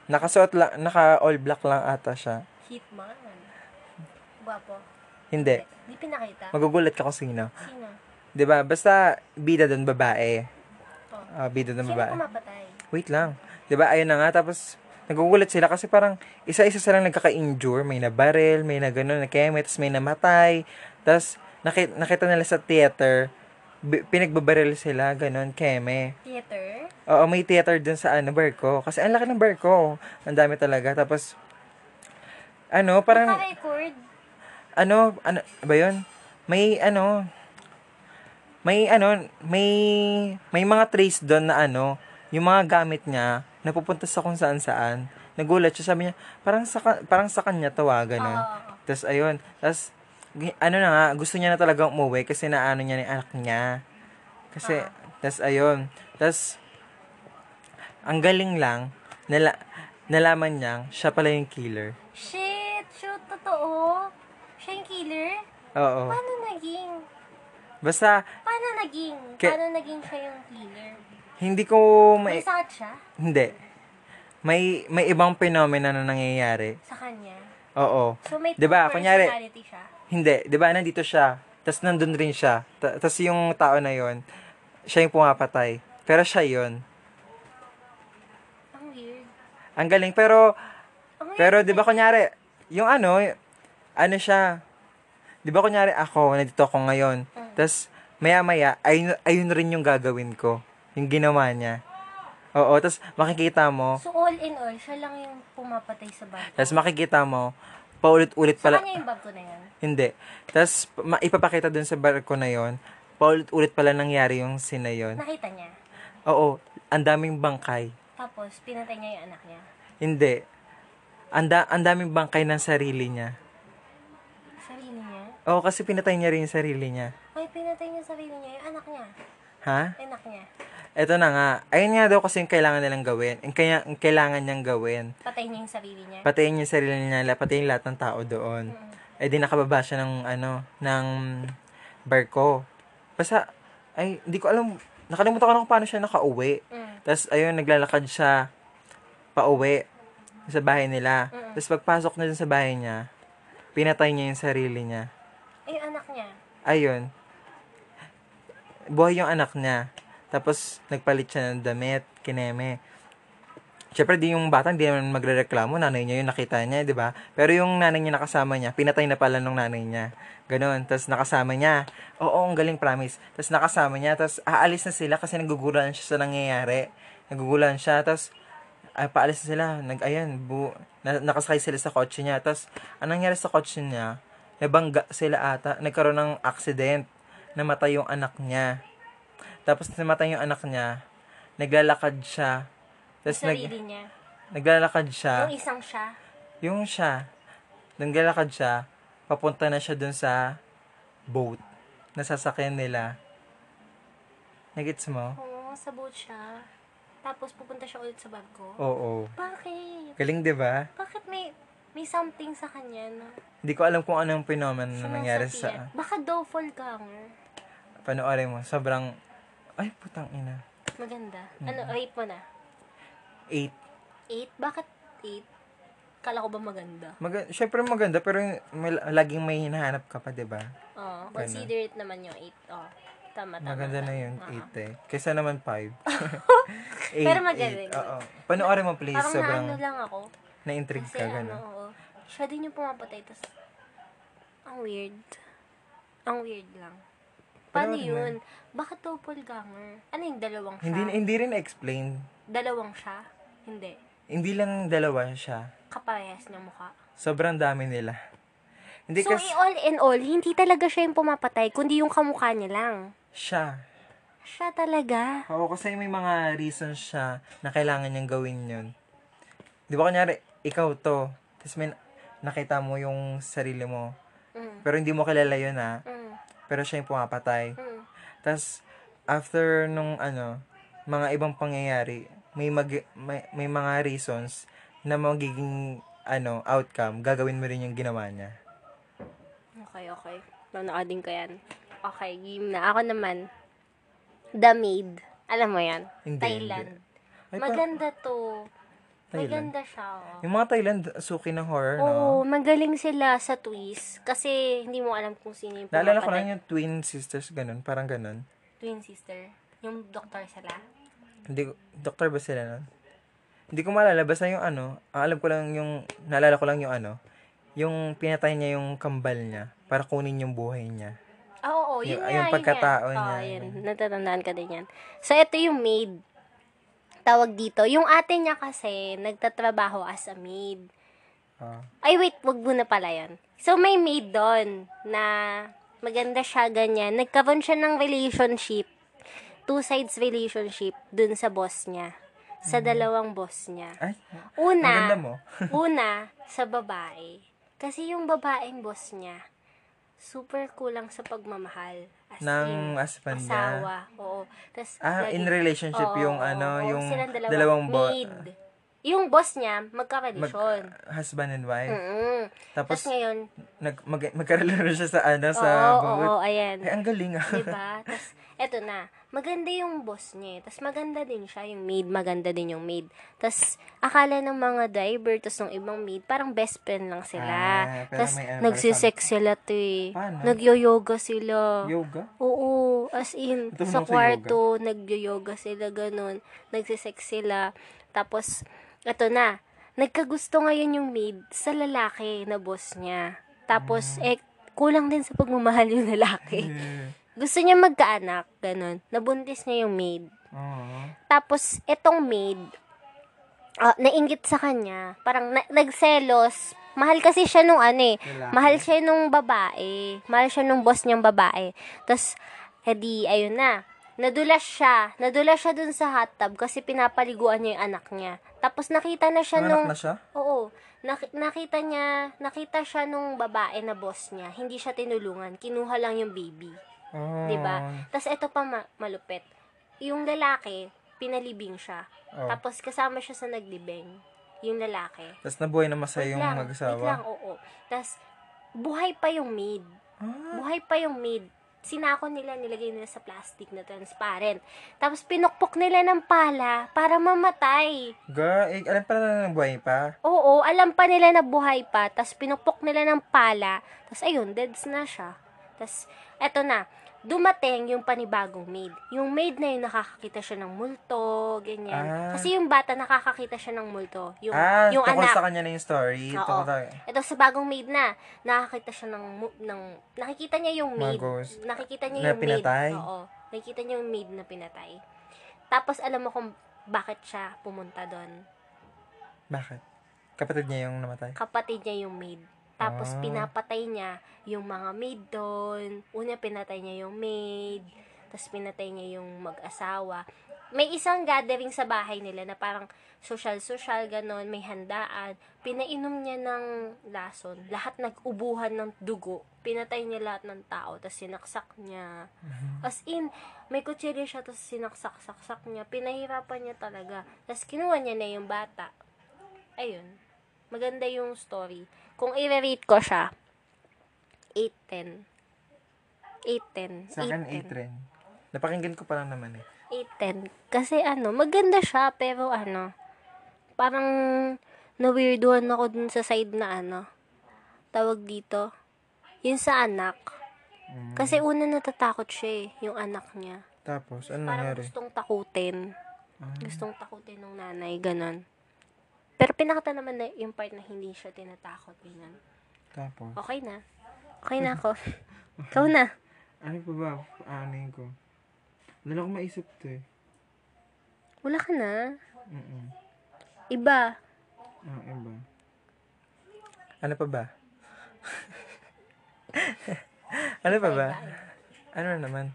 Speaker 2: Nakasuot lang, naka all black lang ata siya.
Speaker 1: Hitman. Guwapo.
Speaker 2: Hindi.
Speaker 1: Ano? Di pinakita.
Speaker 2: Magugulat ka kung sino.
Speaker 1: Sino?
Speaker 2: 'Di ba Basta, bida doon babae.
Speaker 1: Oh.
Speaker 2: Ah, bida doon
Speaker 1: Sino
Speaker 2: babae.
Speaker 1: kumapatay?
Speaker 2: Wait lang. 'Di ba Ayun na nga. Tapos, nagugulat sila kasi parang isa-isa silang nagkaka-injure. May nabaril, may na gano'n, na keme, tapos may namatay. Tapos, nakita, nakita nila sa theater, bi- pinagbabaril sila, gano'n, keme.
Speaker 1: Theater?
Speaker 2: Oo, may theater dun sa ano, barko. Kasi ang laki ng barko. Ang dami talaga. Tapos, ano, parang,
Speaker 1: Naka-record?
Speaker 2: ano, ano, ba yun? May, ano, may, ano, may, may mga trace doon na, ano, yung mga gamit niya, napupunta sa kung saan saan. Nagulat siya, sabi niya, parang sa, ka- parang sa kanya tawagan na.
Speaker 1: Oo.
Speaker 2: Tapos, ayun, tapos, gi- ano na nga, gusto niya na talagang umuwi kasi naano niya ni anak niya. Kasi, tas ayun, tas, ang galing lang, nala, nalaman niyang, siya pala yung killer.
Speaker 1: Shit! Shoot! Totoo? Siya yung killer?
Speaker 2: Oo.
Speaker 1: Paano naging?
Speaker 2: Basta,
Speaker 1: Paano naging?
Speaker 2: Ke-
Speaker 1: Paano naging siya yung killer?
Speaker 2: Hindi ko
Speaker 1: May
Speaker 2: may
Speaker 1: sakit siya
Speaker 2: hindi. May may ibang phenomena na nangyayari.
Speaker 1: sa kanya.
Speaker 2: Oo.
Speaker 1: So may
Speaker 2: 'Di ba?
Speaker 1: two
Speaker 2: Diba? Kunyari-
Speaker 1: personality siya.
Speaker 2: Hindi, 'di ba? Nandito siya. Tapos nandun rin siya. Ta- Tapos yung tao na 'yon, siya yung pumapatay. Pero siya 'yon.
Speaker 1: Ang weird.
Speaker 2: Ang galing pero
Speaker 1: Ang weird.
Speaker 2: pero 'di ba kunyari, yung ano, y- ano siya? 'Di ba kunyari ako, nandito ako ngayon. Tapos maya-maya ayun, ayun rin yung gagawin ko, yung ginawa niya. Oo, tapos makikita mo,
Speaker 1: So all in all, siya lang yung pumapatay sa bangko.
Speaker 2: tapos makikita mo paulit-ulit
Speaker 1: Sa
Speaker 2: pala.
Speaker 1: kanya yung bangko na yan.
Speaker 2: Hindi. Tapos, ma- ipapakita dun sa barko na yon paulit-ulit pala nangyari yung scene na yon.
Speaker 1: Nakita niya.
Speaker 2: Oo, ang daming bangkay.
Speaker 1: Tapos pinatay niya yung anak niya.
Speaker 2: Hindi. Ang, da- ang daming bangkay ng sarili niya.
Speaker 1: Sarili niya.
Speaker 2: Oo, kasi pinatay niya rin yung sarili niya.
Speaker 1: Ay, pinatay niya sarili niya. Yung anak niya.
Speaker 2: Ha?
Speaker 1: Anak niya.
Speaker 2: Eto na nga. Ayun nga daw kasi yung kailangan nilang gawin. Yung, kaya, yung kailangan niyang gawin.
Speaker 1: Patayin niya yung sarili niya.
Speaker 2: Patayin yung sarili niya, la- patayin lahat ng tao doon. Eh di nakababa siya ng, ano, ng barko. Basta, ay, hindi ko alam, nakalimutan ko na kung paano siya nakauwi.
Speaker 1: Mm.
Speaker 2: Tapos, ayun, naglalakad siya pauwi sa bahay nila. Tapos, pagpasok na dun sa bahay niya, pinatay niya yung sarili niya.
Speaker 1: Ay, yung anak niya.
Speaker 2: Ayun. Buhay yung anak niya. Tapos, nagpalit siya ng damit, kineme. Siyempre, di yung bata, hindi naman magre-reklamo. Nanay niya yung nakita niya, di ba? Pero yung nanay niya nakasama niya, pinatay na pala nung nanay niya. Ganon. Tapos nakasama niya. Oo, ang galing promise. Tapos nakasama niya. Tapos aalis na sila kasi nagugulan siya sa nangyayari. Nagugulan siya. Tapos ay, paalis na sila. Nag, ayan, bu, na, nakasakay sila sa kotse niya. Tapos, anong nangyari sa kotse niya? Nabangga sila ata. Nagkaroon ng accident. Namatay yung anak niya. Tapos, namatay yung anak niya. Naglalakad siya. Tapos,
Speaker 1: Yung sarili
Speaker 2: nag, Ah.
Speaker 1: niya.
Speaker 2: naglalakad siya
Speaker 1: Yung isang siya.
Speaker 2: yung siya, naglalakad siya, papunta na siya dun sa boat na sasakyan nila. Nagets mo?
Speaker 1: Oo, sa boat siya. Tapos pupunta siya ulit sa barko.
Speaker 2: Oo.
Speaker 1: Bakit?
Speaker 2: Galing, di ba?
Speaker 1: Bakit may may something sa kanya na
Speaker 2: Hindi ko alam kung anong phenomenon na
Speaker 1: Sinasabihan.
Speaker 2: Hmm, nangyari sa...
Speaker 1: Baka daw doppelganger.
Speaker 2: Panoorin mo, sobrang... Ay, putang ina.
Speaker 1: Maganda.
Speaker 2: Hmm.
Speaker 1: Ano, rate mo na?
Speaker 2: Eight.
Speaker 1: 8? Bakit 8? Kala ko ba maganda?
Speaker 2: Mag- Siyempre maganda, pero yung- may, laging may hinahanap ka pa, di ba?
Speaker 1: Oo, consider it Oh, naman yung 8. Oo, tama, tama.
Speaker 2: Maganda na
Speaker 1: tama.
Speaker 2: yun,
Speaker 1: Oo.
Speaker 2: eight eh. Kaysa naman five. Eight,
Speaker 1: Pero magaling.
Speaker 2: eight. Oo. Panoorin mo, please.
Speaker 1: Parang
Speaker 2: sobrang
Speaker 1: naano lang ako.
Speaker 2: na-intrigue
Speaker 1: Kasi
Speaker 2: ka,
Speaker 1: ano,
Speaker 2: gano'n.
Speaker 1: oo. Siya din yung pumapatay, tas, ang weird. Ang weird lang. Paano
Speaker 2: Panoorin mo
Speaker 1: yun? Bakit doppelganger? Ano yung dalawang siya?
Speaker 2: ano Hindi, hindi rin explain
Speaker 1: Dalawang siya? Hindi.
Speaker 2: Hindi lang dalawa siya.
Speaker 1: Kaparehas ng mukha.
Speaker 2: Sobrang dami nila. Hindi
Speaker 1: So,
Speaker 2: kasi
Speaker 1: i- all in all, hindi talaga siya yung pumapatay, kundi yung kamukha niya lang.
Speaker 2: siya.
Speaker 1: Siya talaga.
Speaker 2: Oo, kasi may mga reasons siya na kailangan niyang gawin yun. Di ba kunyari, ikaw to. Tapos may nakita mo yung sarili mo.
Speaker 1: Mm.
Speaker 2: Pero hindi mo kilala yun ha.
Speaker 1: Mm,
Speaker 2: Pero siya yung pumapatay.
Speaker 1: mm,
Speaker 2: Tapos, after nung ano, mga ibang pangyayari, may, mag, may, may mga reasons na magiging ano, outcome, gagawin mo rin yung ginawa niya.
Speaker 1: Okay, okay. Nanoodin ko yan. Okay, game na. Ako naman, The Maid. Alam mo yan?
Speaker 2: Hindi,
Speaker 1: Thailand.
Speaker 2: Ay, pa-
Speaker 1: Maganda to.
Speaker 2: Thailand?
Speaker 1: Maganda siya. oh.
Speaker 2: Yung mga Thailand, suki ng horror, no?
Speaker 1: Oo, magaling sila sa twist. Kasi hindi mo alam kung sino yung
Speaker 2: Naalala ko
Speaker 1: pumapatay.
Speaker 2: lang yung twin sisters, ganun, parang ganun.
Speaker 1: Twin sister. Yung doktor sila.
Speaker 2: Hindi, ko- doctor ba sila nun? Hindi ko maalala, basta yung ano, ang alam ko lang yung, naalala ko lang yung ano, yung pinatay niya yung kambal niya para kunin yung buhay niya.
Speaker 1: Ah, Oo, yun
Speaker 2: Yung-
Speaker 1: nga,
Speaker 2: yung
Speaker 1: yun
Speaker 2: pagkatao
Speaker 1: nga.
Speaker 2: niya, Mm.
Speaker 1: Oo, yun.
Speaker 2: yun.
Speaker 1: Natatandaan ka din yan. So, ito yung maid. Tawag dito. Yung ate niya kasi, nagtatrabaho as a maid.
Speaker 2: Oo.
Speaker 1: Ay, wait. Wag mo na pala yan. So, may maid doon na maganda siya, ganyan. Nagkaroon siya ng relationship. Two sides relationship dun sa boss niya. Sa dalawang boss niya.
Speaker 2: ay,
Speaker 1: Una,
Speaker 2: Mm. maganda mo.
Speaker 1: una, sa babae. Kasi yung babaeng boss niya, super kulang sa pagmamahal. As in,
Speaker 2: Nang husband niya.
Speaker 1: asawa. Oo. Tas,
Speaker 2: Ah,
Speaker 1: lagi-
Speaker 2: in relationship
Speaker 1: Oo,
Speaker 2: yung
Speaker 1: oo,
Speaker 2: ano,
Speaker 1: oo,
Speaker 2: yung
Speaker 1: silang dalawa,
Speaker 2: dalawang bo-
Speaker 1: maid. Yung boss niya,
Speaker 2: mag,
Speaker 1: magkarelasyon.
Speaker 2: husband and wife.
Speaker 1: Mm-mm. Mm. Tapos
Speaker 2: Tapos,
Speaker 1: ngayon,
Speaker 2: nag, mag, magkaroon siya sa ano, sa
Speaker 1: oo,
Speaker 2: boat.
Speaker 1: oo, ayan.
Speaker 2: Ay, ang galing ah.
Speaker 1: diba? Tapos, eto na. Maganda yung boss niya. Tapos, maganda din siya. Yung maid, maganda din yung maid. Tapos, akala ng mga driver, tapos ng ibang maid, parang best friend lang sila.
Speaker 2: Ah, pero
Speaker 1: tapos,
Speaker 2: may ano pala
Speaker 1: nagsisex sila to eh.
Speaker 2: Paano?
Speaker 1: Nagyo-yoga sila.
Speaker 2: Yoga?
Speaker 1: Oo, as in,
Speaker 2: Ito
Speaker 1: sa
Speaker 2: naman sa
Speaker 1: kwarto, nagyo-yoga sila, ganun. Nagsisex sila. Tapos, eto na, nagkagusto ngayon yung maid sa lalaki na boss niya. Tapos, eh,
Speaker 2: Hmm.
Speaker 1: kulang din sa pagmamahal yung lalaki.
Speaker 2: Yeah.
Speaker 1: Gusto niya magkaanak, ganun. Nabuntis niya yung maid.
Speaker 2: Oo.
Speaker 1: Tapos, etong maid, ah, nainggit sa kanya. Parang na- nagselos. Mahal kasi siya nung ano eh.
Speaker 2: Lalaki.
Speaker 1: Mahal siya nung babae. Mahal siya nung boss niyang babae. Tapos, edi, ayun na. Nadulas siya. Nadulas siya dun sa hot tub kasi pinapaliguan niya yung anak niya. Tapos nakita na siya nung...
Speaker 2: Nanganak na siya?
Speaker 1: Oo. Nak- nakita niya, nakita siya nung babae na boss niya. Hindi siya tinulungan. Kinuha lang yung baby.
Speaker 2: Oh.
Speaker 1: Diba? Tapos ito pa ma- malupit. yung lalaki, pinalibing siya.
Speaker 2: Oh.
Speaker 1: Tapos kasama siya sa naglibing. Yung lalaki.
Speaker 2: Tapos nabuhay na masaya yung
Speaker 1: lang, Wait lang,
Speaker 2: mag-asawa.
Speaker 1: oo. Tapos, buhay pa yung maid.
Speaker 2: Ah,
Speaker 1: Buhay pa yung maid. Sinako nila, nilagay nila sa plastic na transparent. Tapos, pinukpok nila ng pala para mamatay.
Speaker 2: ga, eh, alam pa na nabuhay pa.
Speaker 1: Oo, alam pa nila na buhay pa. Tapos, pinukpok nila ng pala. Tapos, ayun, deads na siya. Tapos, eto na. Dumating yung panibagong maid. Yung maid na yun, nakakakita siya ng multo, ganyan.
Speaker 2: Ah.
Speaker 1: Kasi yung bata, nakakakita siya ng multo. Yung,
Speaker 2: Ah,
Speaker 1: yung
Speaker 2: tungkol
Speaker 1: anak.
Speaker 2: sa kanya na yung story.
Speaker 1: Oo.
Speaker 2: Tungkol sa-
Speaker 1: Ito sa bagong maid na, nakakita siya ng, mu- ng nakikita niya yung maid.
Speaker 2: Mga ghost.
Speaker 1: Nakikita niya
Speaker 2: Na
Speaker 1: yung
Speaker 2: pinatay?
Speaker 1: maid. Oo. Nakikita niya yung maid na pinatay. Tapos alam mo kung bakit siya pumunta doon.
Speaker 2: Bakit? Kapatid niya yung namatay?
Speaker 1: Kapatid niya yung maid. Tapos
Speaker 2: Ah.
Speaker 1: pinapatay niya yung mga maid doon. Una pinatay niya yung maid. Tapos pinatay niya yung mag-asawa. May isang gathering sa bahay nila na parang social-social, ganon, may handaan. Pinainom niya ng lason. Lahat nag-ubuhan ng dugo. Pinatay niya lahat ng tao. Tapos sinaksak niya. As in, may kutsilyo siya, tapos sinaksak-saksak niya. Pinahirapan niya talaga. Tapos kinuha niya na yung bata. Ayun. Maganda yung story. Kung i-rate ko siya, 8-10. 8-10.
Speaker 2: Sa akin, 8-10. Napakinggan ko pa lang naman eh.
Speaker 1: 8-10. Kasi ano, maganda siya, pero ano, parang na-weirdohan ako dun sa side na ano, tawag dito, yun sa anak.
Speaker 2: Mm.
Speaker 1: Kasi una natatakot siya eh, yung anak niya.
Speaker 2: Tapos, ano
Speaker 1: Parang
Speaker 2: nangyari?
Speaker 1: gustong takutin.
Speaker 2: Ah.
Speaker 1: Gustong takutin ng nanay, ganon. Pero pinakita naman na yung part na hindi siya tinatakot, ganyan.
Speaker 2: Tapos,
Speaker 1: Okay na. Okay na ako. Ikaw na.
Speaker 2: ano pa ba? Aanin ko. Wala na akong maisip to eh.
Speaker 1: Wala ka na.
Speaker 2: Mm-mm.
Speaker 1: Iba.
Speaker 2: Ano iba? Ano pa ba? ano pa ba? Ano na naman?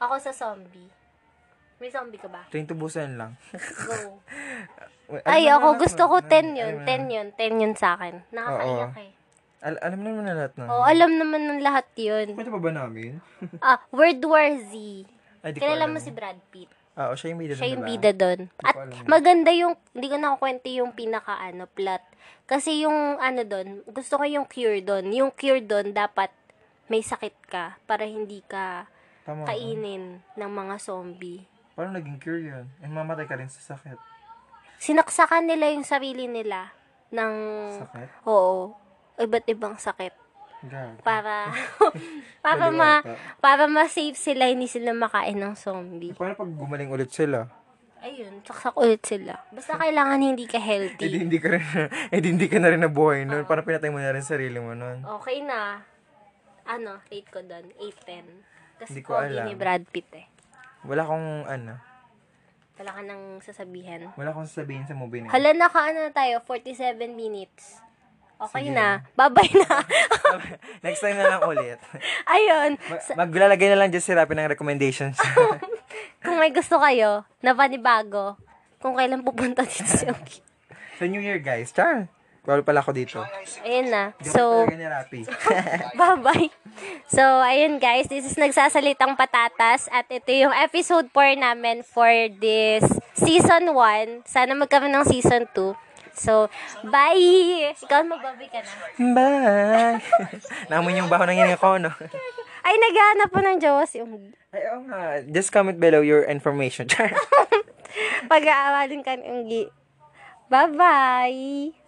Speaker 1: Ako sa zombie. May zombie ka ba?
Speaker 2: Train to Busan lang.
Speaker 1: Go.
Speaker 2: Wait,
Speaker 1: Ay,
Speaker 2: alam na
Speaker 1: ako
Speaker 2: naman
Speaker 1: gusto ko
Speaker 2: natin.
Speaker 1: 10 yun.
Speaker 2: Alam na
Speaker 1: 10 yun. 10 yun sa akin. Nakakaiyak eh.
Speaker 2: Al- alam naman na lahat na.
Speaker 1: Oo, alam naman ng lahat yun.
Speaker 2: Kwento pa ba namin?
Speaker 1: Ah, World War Z.
Speaker 2: Ay, di ko
Speaker 1: Kilala
Speaker 2: alam.
Speaker 1: mo si Brad Pitt.
Speaker 2: Ah, o siya yung bida
Speaker 1: Siya yung
Speaker 2: diba?
Speaker 1: bida doon. At
Speaker 2: alam yun.
Speaker 1: maganda yung, hindi ko nakakwento yung pinaka ano, plot. Kasi yung ano doon, gusto ko yung cure doon. Yung cure doon, dapat may sakit ka para hindi ka
Speaker 2: Tama.
Speaker 1: kainin ng mga zombie.
Speaker 2: Parang naging cure yun. And mamatay ka rin sa sakit.
Speaker 1: Sinaksakan nila yung sarili nila ng,
Speaker 2: Sakit?
Speaker 1: oo, iba't ibang sakit.
Speaker 2: Gag.
Speaker 1: Para, para ma, para ma-save sila, hindi sila makain ng zombie.
Speaker 2: Paano pag gumaling ulit sila?
Speaker 1: Ayun, saksak ulit sila. Basta kailangan hindi ka
Speaker 2: Eh di
Speaker 1: healthy.
Speaker 2: hindi ka rin, eh di hindi ka na rin nabuhay nun. Parang pinatay mo na rin sarili mo nun.
Speaker 1: Okay na. Ano, rate ko doon, 8-10. Kasi
Speaker 2: Hindi ko
Speaker 1: pogi
Speaker 2: alam.
Speaker 1: ni Brad Pitt eh.
Speaker 2: Wala akong ano,
Speaker 1: Wala ka nang sasabihan.
Speaker 2: wala akong sasabihin sa movie na. yun.
Speaker 1: Hala, naka ano na tayo, 47 minutes. Okay
Speaker 2: Sige.
Speaker 1: na. Bye-bye na.
Speaker 2: Next time na lang ulit.
Speaker 1: Ayun.
Speaker 2: Mag- maglalagay na lang dyan si Rappi ng recommendations.
Speaker 1: Kung may gusto kayo na panibago, kung kailan pupunta dito si Oki.
Speaker 2: sa New Year, guys. Char! Bawal pala ako dito.
Speaker 1: Ayun na.
Speaker 2: So,
Speaker 1: So,
Speaker 2: talaga ni Rappi.
Speaker 1: bye-bye. So, ayun guys. This is Nagsasalitang Patatas at ito yung episode 4 namin for this season 1. Sana magkaroon ng season 2. So, bye! Ikaw mababi ka na.
Speaker 2: Bye! Namin yung baho ng hininga ko, no?
Speaker 1: Ay, naghahanap po ng jowa si Ung.
Speaker 2: Ay, oo nga. Just comment below your information. Char!
Speaker 1: Pag-aawalin ka ni Ungi. Bye-bye!